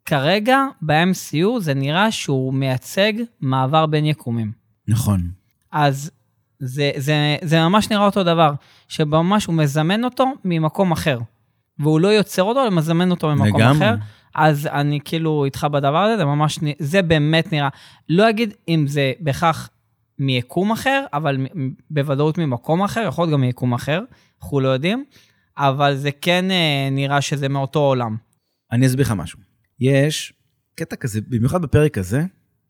שכרגע ב-MCU זה נראה שהוא מייצג מעבר בין יקומים. נכון. אז זה, זה, זה ממש נראה אותו דבר, שממש הוא מזמן אותו ממקום אחר. והוא לא יוצר אותו, אלא מזמן אותו ממקום לגמרי. אחר. אז אני כאילו איתך בדבר הזה, זה ממש, נ- זה באמת נראה. לא אגיד אם זה בהכרח מיקום אחר, אבל מ- בוודאות ממקום אחר, יכול להיות גם מיקום אחר, אנחנו לא יודעים, אבל זה כן אה, נראה שזה מאותו עולם. אני אסביר לך משהו. יש קטע כזה, במיוחד בפרק הזה,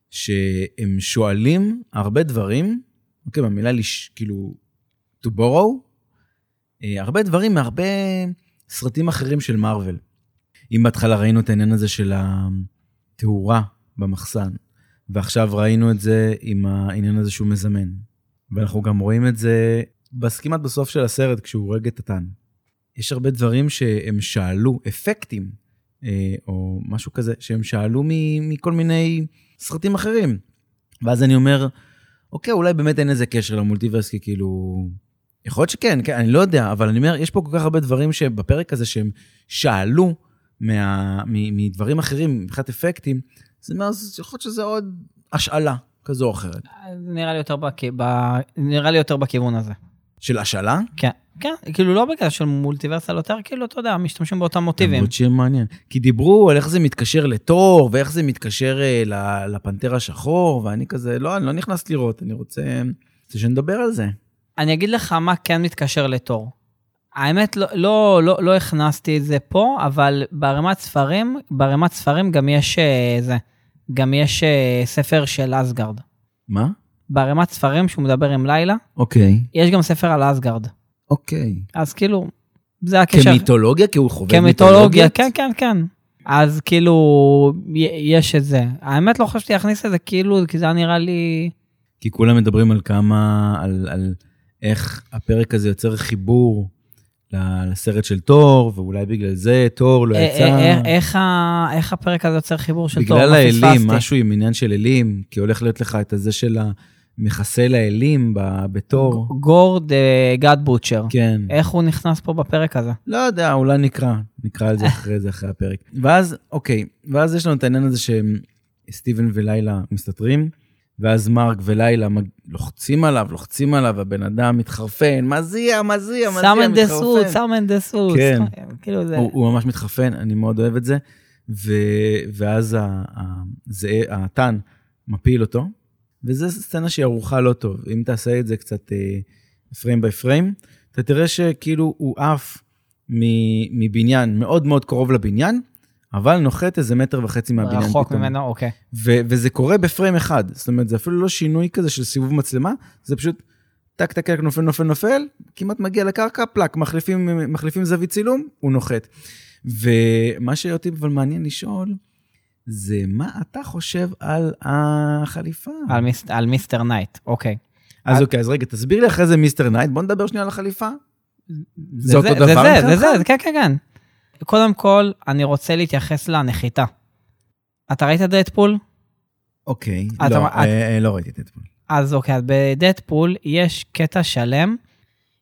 שהם שואלים הרבה דברים, אוקיי, במילה לש... כאילו, to borrow, אה, הרבה דברים מהרבה סרטים אחרים של מארוול. אם בהתחלה ראינו את העניין הזה של התאורה במחסן, ועכשיו ראינו את זה עם העניין הזה שהוא מזמן. ואנחנו גם רואים את זה בס- כמעט בסוף של הסרט, כשהוא הורג את הטן. יש הרבה דברים שהם שאלו, אפקטים, אה, או משהו כזה, שהם שאלו מ- מכל מיני סרטים אחרים. ואז אני אומר, אוקיי, אולי באמת אין לזה קשר למולטיברס, כי כאילו... יכול להיות שכן, כן, אני לא יודע, אבל אני אומר, יש פה כל כך הרבה דברים שבפרק הזה שהם שאלו מה, מ, מדברים אחרים, מבחינת אפקטים, אז אני אומר, אז יכול להיות שזה עוד השאלה כזו או אחרת. זה נראה לי יותר, בכ... ב... נראה לי יותר בכיוון הזה. של השאלה? כן. כן, כאילו לא בגלל של מולטיברסל יותר, כאילו, אתה יודע, משתמשים באותם מוטיבים. למרות שמעניין. כי דיברו על איך זה מתקשר לתור, ואיך זה מתקשר אה, ל- לפנתר השחור, ואני כזה, לא, אני לא נכנס לראות, אני רוצה, רוצה שנדבר על זה. אני אגיד לך מה כן מתקשר לתור. האמת, לא, לא, לא, לא הכנסתי את זה פה, אבל בערימת ספרים, בערימת ספרים גם יש אה, זה, גם יש אה, ספר של אסגרד. מה? בערימת ספרים שהוא מדבר עם לילה, אוקיי. יש גם ספר על אסגרד. אוקיי. אז כאילו, זה הקשר. כמיתולוגיה? כי הוא חובב כמיתולוגיה, כן, כן, כן. אז כאילו, י- יש את זה. האמת, לא חשבתי להכניס את זה, כאילו, כי זה היה נראה לי... כי כולם מדברים על כמה, על, על איך הפרק הזה יוצר חיבור ל- לסרט של תור, ואולי בגלל זה תור לא אה, יצא. אה, אה, איך ה- איך הפרק הזה יוצר חיבור של תור? בגלל מה האלים, פספסתי? משהו עם עניין של אלים, כי הולך להיות לך את הזה של המחסל האלים ב- אוקיי. בתור. גורד גאד בוטשר. כן. איך הוא נכנס פה בפרק הזה? לא יודע, אולי נקרא, נקרא על זה אחרי זה, אחרי הפרק. ואז, אוקיי, ואז יש לנו את העניין הזה שסטיבן ולילה מסתתרים, ואז מרק ולילה מג- לוחצים עליו, לוחצים עליו, הבן אדם מתחרפן, מזיע, מזיע, מזיע, סאמן דה סוט, כן, מתחרפן. סאמן דה סוט. כן. כאילו זה... הוא, הוא ממש מתחרפן, אני מאוד אוהב את זה. ו, ואז ה- ה- זה- הטן מפיל אותו, וזו סצנה שהיא ערוכה לא טוב. אם תעשה את זה קצת אה, פריים ביי פריים, אתה תראה שכאילו הוא עף מ- מבניין מאוד מאוד קרוב לבניין, אבל נוחת איזה מטר וחצי מהבניין פתאום. רחוק ממנו, אוקיי. ו- וזה קורה בפריים אחד, זאת אומרת, זה אפילו לא שינוי כזה של סיבוב מצלמה, זה פשוט טק טק טק נופל נופל נופל, כמעט מגיע לקרקע, פלאק, מחליפים, מחליפים זווית צילום, הוא נוחת. ומה שאותי אבל מעניין לשאול, זה מה אתה חושב על החליפה. על מיס- על מיסטר נייט, אוקיי. אז על- אוקיי, אז רגע, תסביר לי אחרי זה מיסטר נייט, בוא נדבר שנייה על החליפה. זה אותו זה דבר זה, זה מבחינתך? זה, כן, כן, כן. קודם כל, אני רוצה להתייחס לנחיתה. אתה ראית דדפול? אוקיי, אתה- לא, את- אה, אה, לא ראיתי את זה. אז אוקיי, אז בדדפול יש קטע שלם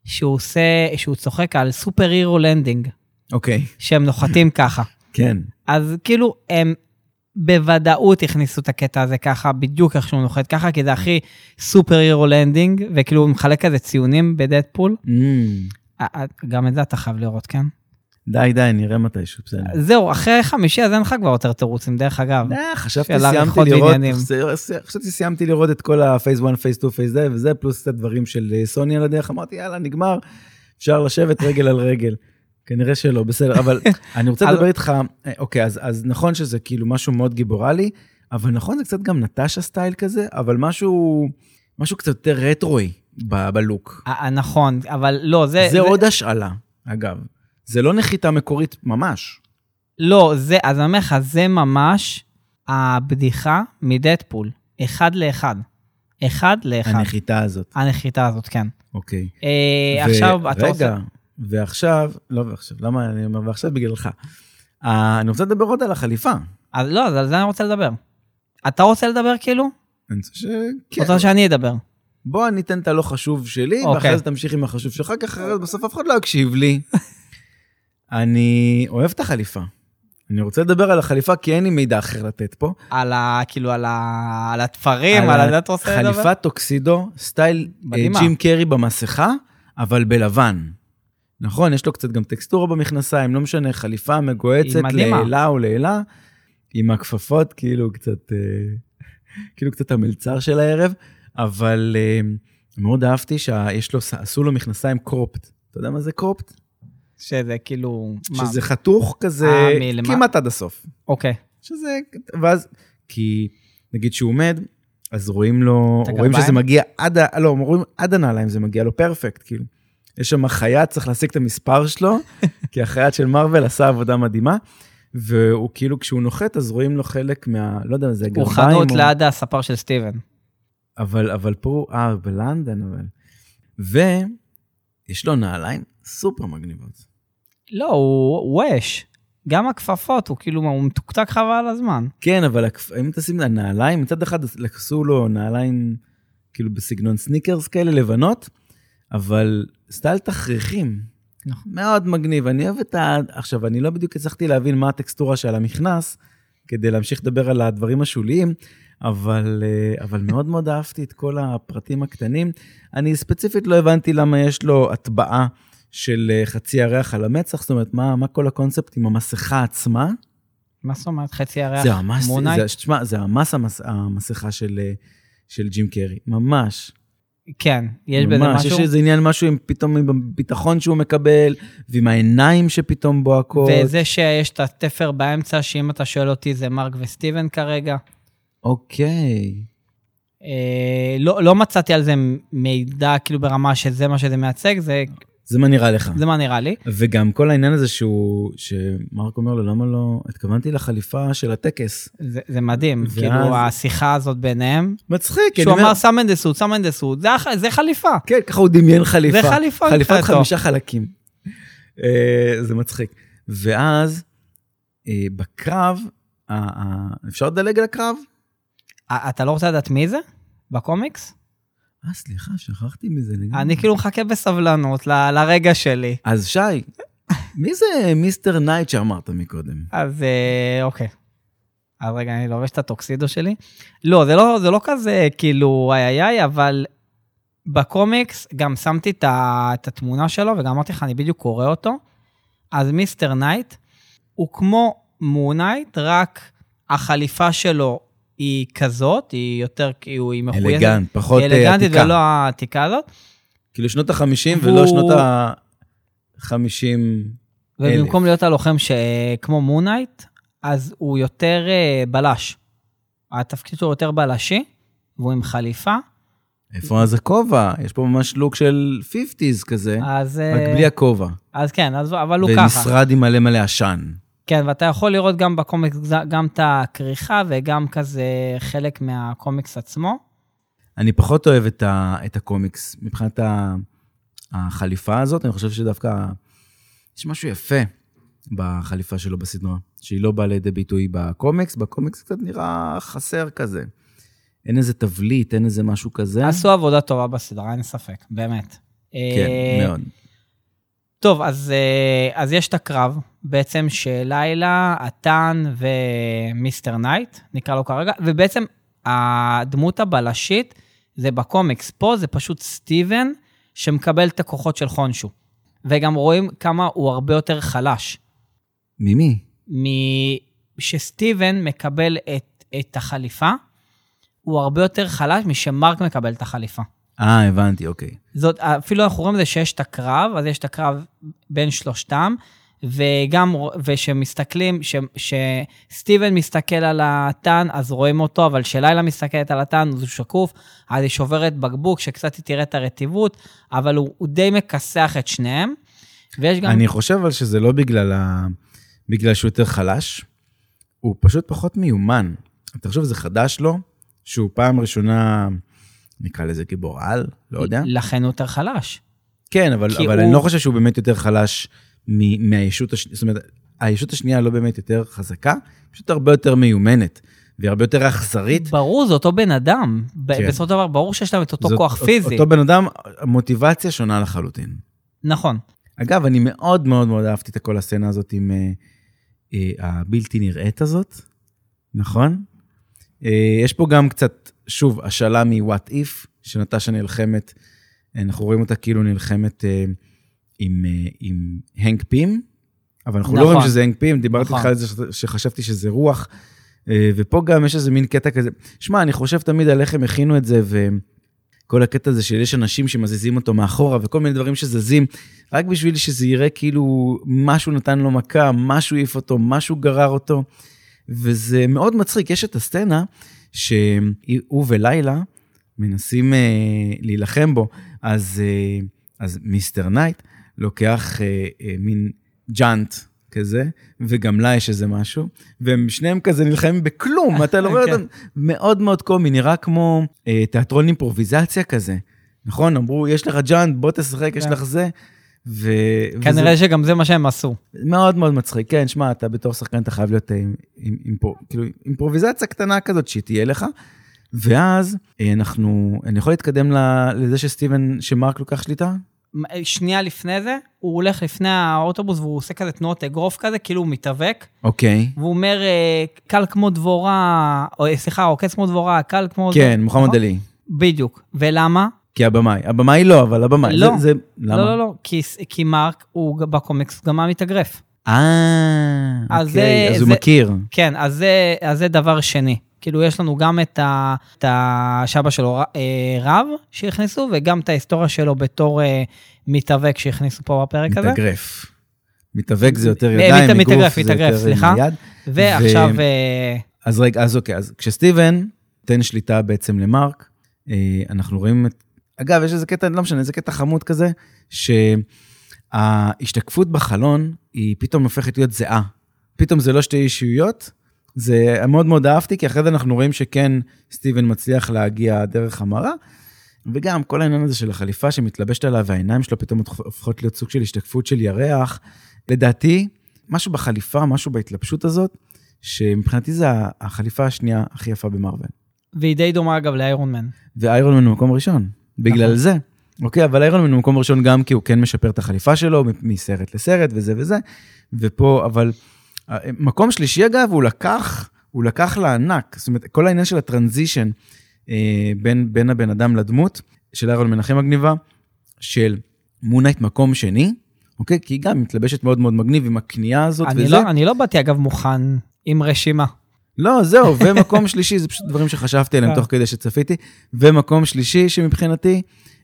שהוא עושה, שהוא צוחק על סופר הירו לנדינג, אוקיי, שהם נוחתים ככה. כן. אז כאילו הם בוודאות הכניסו את הקטע הזה ככה, בדיוק איך שהוא נוחת ככה, כי זה הכי סופר הירו לנדינג, וכאילו הוא מחלק כזה ציונים בדדפול. אמ, אה, אה, גם את זה אתה חייב לראות, כן? די, די, נראה מתישהו, בסדר. זהו, אחרי חמישי אז אין לך כבר יותר תירוצים, דרך אגב. אה, חשבתי שאלה סיימתי ריחות לראות, ועניינים. חשבתי סיימתי לראות את כל הפייס 1, פייס 2, פייס זה וזה, פלוס את הדברים של אה, סוני על הדרך, אמרתי, יאללה, נגמר, אפשר לשבת רגל על רגל. כנראה שלא, בסדר, אבל אני רוצה אז- לדבר איתך, אה, אוקיי, אז- אז נכון שזה כאילו משהו מאוד גיבורלי, אבל נכון זה קצת גם נטשה סטייל כזה, אבל משהו משהו קצת יותר רטרואי ב- בלוק. אה, אה, נכון, אבל לא, זה... זה עוד השאלה, אגב. זה לא נחיתה מקורית ממש. לא, זה, אז אני אומר לך, זה ממש הבדיחה מדדפול, אחד לאחד. אחד לאחד, הנחיתה הזאת, הנחיתה הזאת, כן. אוקיי. אה, ו- עכשיו, אתה רגע, רוצה... ועכשיו, לא ועכשיו, למה אני אומר ועכשיו? בגללך. אה, אני רוצה לדבר עוד על החליפה. אז לא, אז על זה אני רוצה לדבר. אתה רוצה לדבר כאילו? אני רוצה ש... כן. רוצה שאני אדבר. בוא אני אתן את הלא חשוב שלי, אוקיי. ואחרי זה תמשיך עם החשוב שלך, כי אחרי זה בסוף אף אחד לא יקשיב לי. אני אוהב את החליפה. אני רוצה לדבר על החליפה, כי אין לי מידע אחר לתת פה. על ה... כאילו, על ה... על התפרים, על על ה... אתה רוצה לדבר? חליפת טוקסידו, סטייל אה, אוקיי, מדהימה. ג'ים קרי במסכה, אבל בלבן. נכון, יש לו קצת גם טקסטורה במכנסיים, לא משנה, חליפה מגוהצת מדהימה. לעילה או לעילה, עם הכפפות, כאילו קצת, אה, כאילו קצת המלצר של הערב, אבל אה, מאוד אהבתי שיש לו, עשו לו מכנסיים קרופט. אתה יודע מה זה קרופט? שזה כאילו... מה? שזה חתוך כזה אה, מלמע- כמעט עד הסוף. אוקיי. שזה, ואז, כי נגיד שהוא עומד, אז רואים לו, את רואים הגרביים? שזה מגיע עד, ה- לא, רואים עד הנעליים, זה מגיע לו פרפקט, כאילו. יש שם חייט, צריך להשיג את המספר שלו, כי החייט של מארוול עשה עבודה מדהימה, והוא כאילו, כשהוא נוחת, אז רואים לו חלק מה, לא יודע, זה הוא גרביים. חנות או- ליד הספר של סטיבן. אבל, אבל פה הוא, אה, בלנדון, אבל. ויש לו נעליים סופר מגניבות. לא, הוא הוא אש. גם הכפפות, הוא כאילו, הוא מתוקתק חבל הזמן. כן, אבל הכפ- אם תשים לה נעליים, מצד אחד לקחו לו נעליים כאילו בסגנון סניקרס כאלה לבנות, אבל סטייל תכריכים. נכון. מאוד מגניב, אני אוהב את ה... עכשיו, אני לא בדיוק הצלחתי להבין מה הטקסטורה של המכנס, כדי להמשיך לדבר על הדברים השוליים, אבל, אה, אבל מאוד מאוד אהבתי את כל הפרטים הקטנים. אני ספציפית לא הבנתי למה יש לו הטבעה של אה, חצי ירח על המצח, זאת אומרת, מה, מה כל הקונספט עם המסכה עצמה? מה זאת אומרת חצי ירח? זה המס... מונאי? זה, תשמע, זה המס המס... המסכה של, אה, של ג'ים קרי, ממש. כן, יש בזה ממש, משהו. יש איזה עניין משהו עם פתאום עם הביטחון שהוא מקבל, ועם העיניים שפתאום בוהקות. וזה שיש את התפר באמצע, שאם אתה שואל אותי זה מרק וסטיבן כרגע. אוקיי. אה, לא, לא מצאתי על זה מידע כאילו ברמה שזה מה שזה מייצג, זה, זה מה נראה לך. זה מה נראה לי. וגם כל העניין הזה שהוא, שמרק אומר לו, למה לא, התכוונתי לחליפה של הטקס. זה, זה מדהים, ואז- כאילו השיחה הזאת ביניהם. מצחיק, אני שהוא אומר, אמר סם אנדסות, סם אנדסות, זה, הח- זה חליפה. כן, ככה הוא דמיין חליפה. זה חליפה חליפת מבחינתו. חמישה חלקים. אה, זה מצחיק. ואז, אה, בקרב, ה- ה- אפשר לדלג על הקרב? א- אתה לא רוצה לדעת מי זה? בקומיקס? אה, סליחה, שכחתי מזה לגמרי. אני כאילו מחכה בסבלנות ל- לרגע שלי. אז שי, מי זה מיסטר נייט שאמרת מקודם? אז אה, אוקיי. אז רגע, אני לובש את הטוקסידו שלי. לא, זה לא, זה לא כזה כאילו איי איי איי, אבל בקומיקס גם שמתי את, ה, את התמונה שלו, וגם אמרתי לך, אני בדיוק קורא אותו. אז מיסטר נייט, הוא כמו מונייט, רק החליפה שלו היא כזאת, היא יותר, כאילו, היא מחויזת. אלגנט, פחות אה, עתיקה. אלגנטית ולא העתיקה הזאת. כאילו שנות ה-50 הוא- ולא שנות ה-50... ובמקום להיות הלוחם שכמו מונייט, אז הוא יותר אה, בלש. התפקיד שלו יותר בלשי, והוא עם חליפה, איפה אז הכובע? יש פה ממש לוק של 50's כזה, אז... אה, כן. רק בלי הכובע. אז כן, אז, אבל הוא ככה. ומשרד עם מלא מלא עשן. גם כן, ואתה יכול לראות גם בקומיקס, גם את הכריכה וגם כזה חלק מהקומיקס עצמו. אני פחות אוהב את, ה, את הקומיקס. מבחינת ה, החליפה הזאת, אני חושב שדווקא יש משהו יפה בחליפה שלו בסדרה, שהיא לא באה לידי ביטוי בקומיקס, בקומיקס קצת נראה חסר כזה. אין איזה תבליט, אין איזה משהו כזה. עשו עבודה טובה בסדרה, אין ספק, באמת. כן, אה, מאוד. טוב, אז, אה, אז יש את הקרב, בעצם שלילה, אטן ומיסטר נייט, נקרא לו כרגע, ובעצם הדמות הבלשית זה בקומיקס. פה זה פשוט סטיבן שמקבל את הכוחות של חונשו. וגם רואים כמה הוא הרבה יותר חלש. ממי? משסטיבן מקבל את, את החליפה, הוא הרבה יותר חלש משמרק מקבל את החליפה. אה, הבנתי, אוקיי. זאת, אפילו אנחנו רואים את זה שיש את הקרב, אז יש את הקרב בין שלושתם, וגם, רוא- ושמסתכלים, ש, שסטיבן מסתכל על הטן, אז רואים אותו, אבל כשלילה מסתכלת על הטן, אז הוא שקוף, אז היא שוברת בקבוק, שקצת היא תראה את הרטיבות, אבל הוא, הוא די מכסח את שניהם. ויש גם... אני חושב אבל שזה לא בגלל, ה... בגלל שהוא יותר חלש, הוא פשוט פחות מיומן. אתה חושב שזה חדש לו, שהוא פעם ראשונה, נקרא לזה גיבור על, לא יודע. לכן הוא יותר חלש. כן, אבל, כי אבל הוא- אני לא חושב שהוא באמת יותר חלש מ... מהישות השנייה, זאת אומרת, הישות השנייה לא באמת יותר חזקה, פשוט הרבה יותר מיומנת, והיא הרבה יותר אכזרית. ברור, זה אותו בן אדם. כן. כן. בסופו של דבר, ברור שיש להם את אותו זאת- כוח אות- פיזי. אותו בן אדם, מוטיבציה שונה לחלוטין. נכון. אגב, אני מאוד מאוד מאוד אהבתי את כל הסצנה הזאת עם אה, אה, הבלתי נראית הזאת, נכון? אה, יש פה גם קצת, שוב, השאלה מ-What If, שנטשה נלחמת, אנחנו רואים אותה כאילו נלחמת אה, עם, אה, עם הנק פים, אבל אנחנו לא נכון. רואים שזה הנק פים, דיברתי נכון. איתך על זה ש- שחשבתי שזה רוח, אה, ופה גם יש איזה מין קטע כזה. שמע, אני חושב תמיד על איך הם הכינו את זה, ו... כל הקטע הזה של יש אנשים שמזיזים אותו מאחורה וכל מיני דברים שזזים, רק בשביל שזה יראה כאילו משהו נתן לו מכה, משהו העיף אותו, משהו גרר אותו. וזה מאוד מצחיק, יש את הסצנה שהוא ולילה מנסים אה, להילחם בו, אז, אה, אז מיסטר נייט לוקח אה, אה, מין ג'אנט כזה, וגם לה יש איזה משהו, והם שניהם כזה נלחמים בכלום, אתה לא רואה כן. אותם, מאוד מאוד קומי, נראה כמו אה, תיאטרון אימפרוביזציה כזה. נכון, אמרו, יש לך ג'אנט, בוא תשחק, יש כן. לך זה. ו... כנראה שגם זה מה שהם עשו. וזה מאוד מאוד מצחיק. כן, שמע, אתה בתור שחקן, אתה חייב להיות אה, עם, עם, עם, פה- כאילו, אימפרוביזציה קטנה כזאת שתהיה לך. ואז אה, אנחנו, אני יכול להתקדם ל- לזה שסטיבן, שמרק לוקח שליטה? מ- אה, שנייה לפני זה, הוא הולך לפני האוטובוס והוא עושה כזה תנועות אגרוף כזה, כאילו הוא מתאבק, אוקיי. והוא אומר, אה, קל כמו דבורה, או אה, סליחה, עוקץ כמו דבורה, קל כמו... כן, מוחמד נכון? עלי. בדיוק. ולמה? כי הבמאי. הבמאי לא, אבל הבמאי. לא. זה, זה, למה? לא, לא, לא, כי, ס- כי מרק, הוא ג- בקומיקס הוא גם היה מתאגרף. אה, אז אוקיי, זה- אז הוא זה- מכיר. כן, אז זה, אז זה דבר שני. כאילו, יש לנו גם את, ה, את השבא שלו, ר- אה, רב, שהכניסו, וגם את ההיסטוריה שלו בתור אה, מתאבק שהכניסו פה בפרק הזה. מתאגרף. מתאבק זה יותר מ- ידיים, מת- מגוף אה, מתאגרף, זה מתאגרף, יותר סליחה. עם יד. ועכשיו, ו- אה, אז רגע, אז אוקיי, אז כשסטיבן נותן שליטה בעצם למרק, אה, אנחנו רואים את... אגב, יש איזה קטע, לא משנה, איזה קטע חמוד כזה, שההשתקפות בחלון, היא פתאום הופכת להיות זהה. פתאום זה לא שתי אישיויות. זה מאוד מאוד אהבתי, כי אחרי זה אנחנו רואים שכן, סטיבן מצליח להגיע דרך המראה, וגם כל העניין הזה של החליפה שמתלבשת עליו, והעיניים שלו פתאום הופכות להיות סוג של השתקפות של ירח. לדעתי, משהו בחליפה, משהו בהתלבשות הזאת, שמבחינתי זה החליפה השנייה הכי יפה במרוויל. והיא די דומה, אגב, לאיירון מן. ואיירון מן הוא מקום ראשון, בגלל נכון. זה. אוקיי, אבל איירון מן הוא מקום ראשון גם כי הוא כן משפר את החליפה שלו מ- מסרט לסרט וזה וזה, ופה, אבל... אה, מקום שלישי אגב, הוא לקח, הוא לקח לענק, זאת אומרת, כל העניין של הטרנזישן אה, בין, בין הבן אדם לדמות, של איירון מנחם מגניבה, של מונייט מקום שני, אוקיי? כי היא גם מתלבשת מאוד מאוד מגניב עם הקנייה הזאת אני וזה. לא, אני לא באתי, אגב, מוכן עם רשימה. לא, זהו, ומקום שלישי, זה פשוט דברים שחשבתי עליהם כן. תוך כדי שצפיתי. ומקום שלישי שמבחינתי,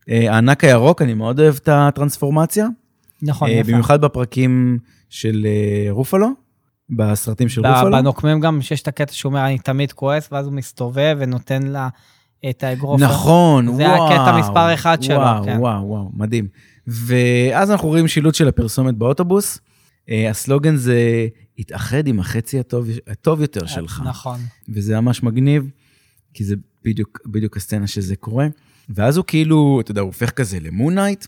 אה, הענק הירוק, אני מאוד אוהב את הטרנספורמציה. נכון, אה, יפה. במיוחד בפרקים של אה, רופלו, בסרטים של ב- רופלו. בנוקמים גם, שיש את הקטע שהוא אומר, אני תמיד כועס, ואז הוא מסתובב ונותן לה את האגרוף. נכון, וואו. זה הקטע מספר אחד שלו, וואו, כן. וואו, וואו, מדהים. ואז אנחנו רואים שילוט של הפרסומת באוטובוס. אה, הסלוגן זה, התאחד עם החצי הטוב, הטוב יותר שלך. נכון. וזה ממש מגניב, כי זה בדיוק, בדיוק הסצנה שזה קורה. ואז הוא כאילו, אתה יודע, הוא הופך כזה למונייט,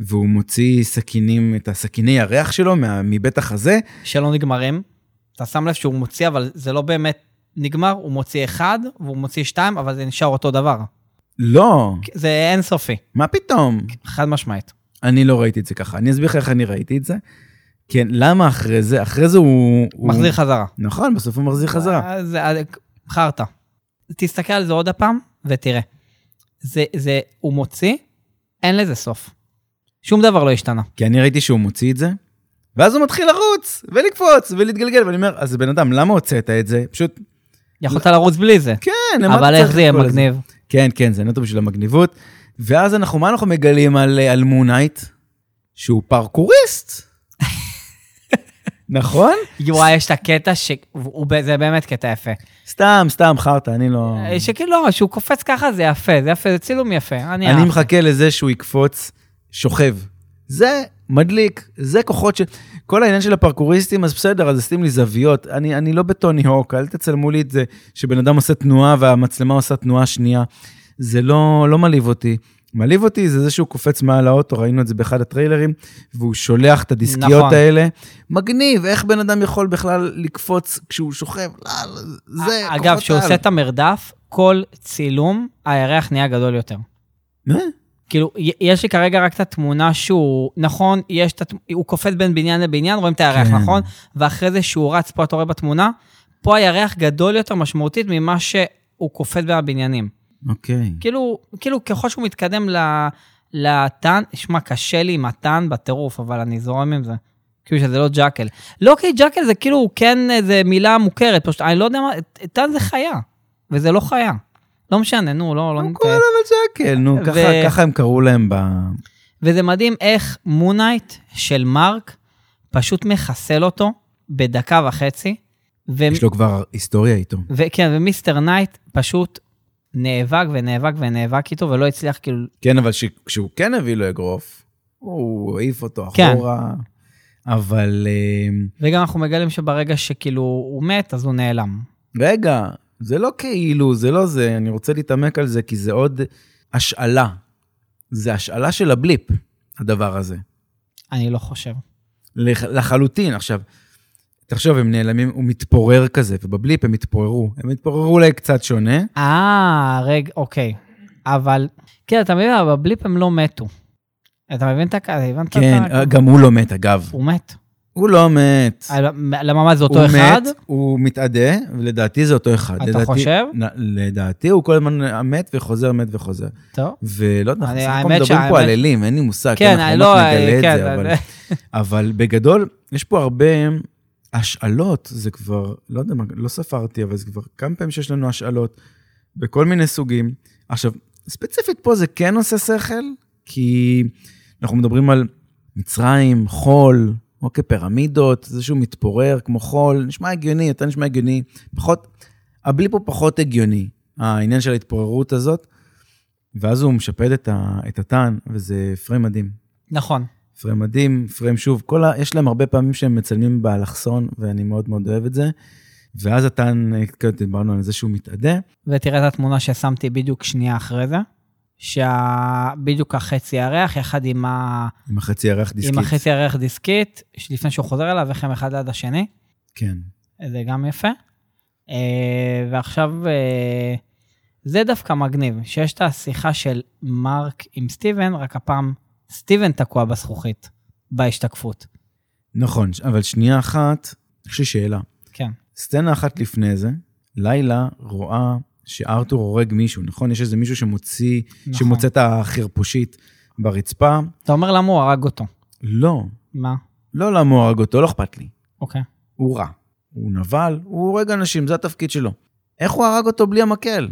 והוא מוציא סכינים, את הסכיני ירח שלו מה, מבית החזה. שלא נגמרים. אתה שם לב שהוא מוציא, אבל זה לא באמת נגמר, הוא מוציא אחד, והוא מוציא שתיים, אבל זה נשאר אותו דבר. לא, זה אינסופי, מה פתאום? חד משמעית. אני לא ראיתי את זה ככה. אני אסביר לך איך אני ראיתי את זה. כן, למה אחרי זה? אחרי זה הוא... הוא- מחזיר חזרה. נכון, בסוף הוא מחזיר חזרה. אה, זה אה, חרטא. תסתכל על זה עוד הפעם, ותראה. זה, זה, הוא מוציא, אין לזה סוף. שום דבר לא השתנה. כי אני ראיתי שהוא מוציא את זה, ואז הוא מתחיל לרוץ, ולקפוץ, ולהתגלגל, ואני אומר, אז בן אדם, למה הוצאת את זה? פשוט, יכולת לרוץ בלי זה. לא. כן, למה אבל אתה איך צריך זה יהיה את כל הזה? מגניב? כן, כן, זה נטו בשביל המגניבות. ואז אנחנו, מה אנחנו מגלים על, אה, על מונייט? שהוא פרקוריסט. נכון? וואי, יש את הקטע ש... הוא ב- זה באמת קטע יפה. סתם, סתם, חרטא, אני לא... אה, שכאילו, שהוא קופץ ככה, זה יפה, זה יפה, זה צילום יפה. אני אה, אני אהבתי. מחכה לזה שהוא יקפוץ שוכב. זה מדליק, זה כוחות ש... כל העניין של הפרקוריסטים, אז בסדר, אז שים לי זוויות. אני, אני לא בטוני הוק, אל תצלמו לי את זה שבן אדם עושה תנועה והמצלמה עושה תנועה שנייה. זה לא, לא מלהיב אותי. מלהיב אותי זה זה שהוא קופץ מעל האוטו, ראינו את זה באחד הטריילרים, והוא שולח את הדיסקיות נכון. האלה. מגניב, איך בן אדם יכול בכלל לקפוץ כשהוא שוכב? לא, זה כוחות אגב, כשהוא על. עושה את המרדף, כל צילום, הירח נהיה גדול יותר. אה? כאילו, י- יש לי כרגע רק את התמונה שהוא, נכון, יש את התמ... הוא קופץ בין בניין לבניין, רואים את הירח, כן. נכון? ואחרי זה שהוא רץ, פה אתה רואה בתמונה, פה הירח גדול יותר משמעותית ממה שהוא קופץ בין הבניינים. אוקיי. כאילו, כאילו ככל שהוא מתקדם ל- לטן, שמע, קשה לי עם הטן בטירוף, אבל אני זורם עם זה. כאילו שזה לא ג'אקל. לא כי ג'אקל זה כאילו, כן, איזה מילה מוכרת, פשוט, אני לא יודע מה, טן זה חיה, וזה לא חיה. לא משנה, נו, לא, לא הוא נתאר. כן, נו, ו- ככה- ככה הם קראו להם ב... וזה מדהים איך מונייט של מרק פשוט מחסל אותו בדקה וחצי, ו- יש לו כבר היסטוריה איתו. וכן, ומיסטר נייט פשוט נאבק ונאבק ונאבק איתו, ולא הצליח כאילו כן, אבל ש- כשהוא כן הביא לו אגרוף, הוא העיף אותו כן. אחורה. אבל אמ, וגם אנחנו מגלים שברגע שכאילו הוא מת, אז הוא נעלם. רגע, זה לא כאילו, זה לא זה, אני רוצה להתעמק על זה, כי זה עוד השאלה. זה השאלה של הבליפ, הדבר הזה. אני לא חושב. לח- לחלוטין. עכשיו, תחשוב, הם נעלמים, הוא מתפורר כזה, ובבליפ הם התפוררו. הם התפוררו אולי קצת שונה. אה, רגע, אוקיי. אבל, כן, אתה מבין, אבל בבליפ הם לא מתו. אתה מבין את הקטע? הבנת את כן, ה- גם הוא לא מת, אגב. הוא מת. הוא לא מת. אה, למה מה זה אותו הוא אחד? מת, הוא מתאדה, ולדעתי זה אותו אחד. אתה לדעתי- חושב? נ- לדעתי הוא כל הזמן מת וחוזר, מת וחוזר. טוב. ולא יודע, אנחנו אני- בסך הכל האמת מדברים פה שהאמת- על אלים, אין לי מושג, כן, אנחנו אני עוד לא... מעט נגלה את כן, זה, אבל- אני- אבל בגדול, יש פה הרבה השאלות, זה כבר, לא יודע מה, לא ספרתי, אבל זה כבר כמה פעמים שיש לנו השאלות, בכל מיני סוגים. עכשיו, ספציפית פה זה כן עושה שכל, כי אנחנו מדברים על מצרים, חול, או כפירמידות, זה שהוא מתפורר כמו חול, נשמע הגיוני, יותר נשמע הגיוני, פחות, הבלי פה פחות הגיוני, העניין של ההתפוררות הזאת, ואז הוא משפד את, ה, את הטען, וזה פריים מדהים. נכון. פריים מדהים, פריים שוב, כל ה... יש להם הרבה פעמים שהם מצלמים באלכסון, ואני מאוד מאוד אוהב את זה. ואז הטן, דיברנו על זה שהוא מתאדה, ותראה את התמונה ששמתי בדיוק שנייה אחרי זה, שבדיוק החצי ירח, יחד עם, ה... עם החצי ירח דיסקית. עם החצי ירח דיסקית, לפני שהוא חוזר אליו, איך הם אחד עד השני. כן. זה גם יפה. אה, ועכשיו, אה, זה דווקא מגניב, שיש את השיחה של מרק עם סטיבן, רק הפעם סטיבן תקוע בזכוכית, בהשתקפות. נכון, אבל שנייה אחת, יש לי שאלה. כן. סצנה אחת לפני זה, לילה רואה שארתור הורג מישהו, נכון? יש איזה מישהו שמוציא, נכון. שמוצא את החרפושית ברצפה. אתה אומר למה הוא הרג אותו. לא, מה? לא למה הוא הרג אותו, לא אכפת לי. אוקיי. הוא רע. הוא נבל, הוא הורג אנשים, זה התפקיד שלו. איך הוא הרג אותו בלי המקל?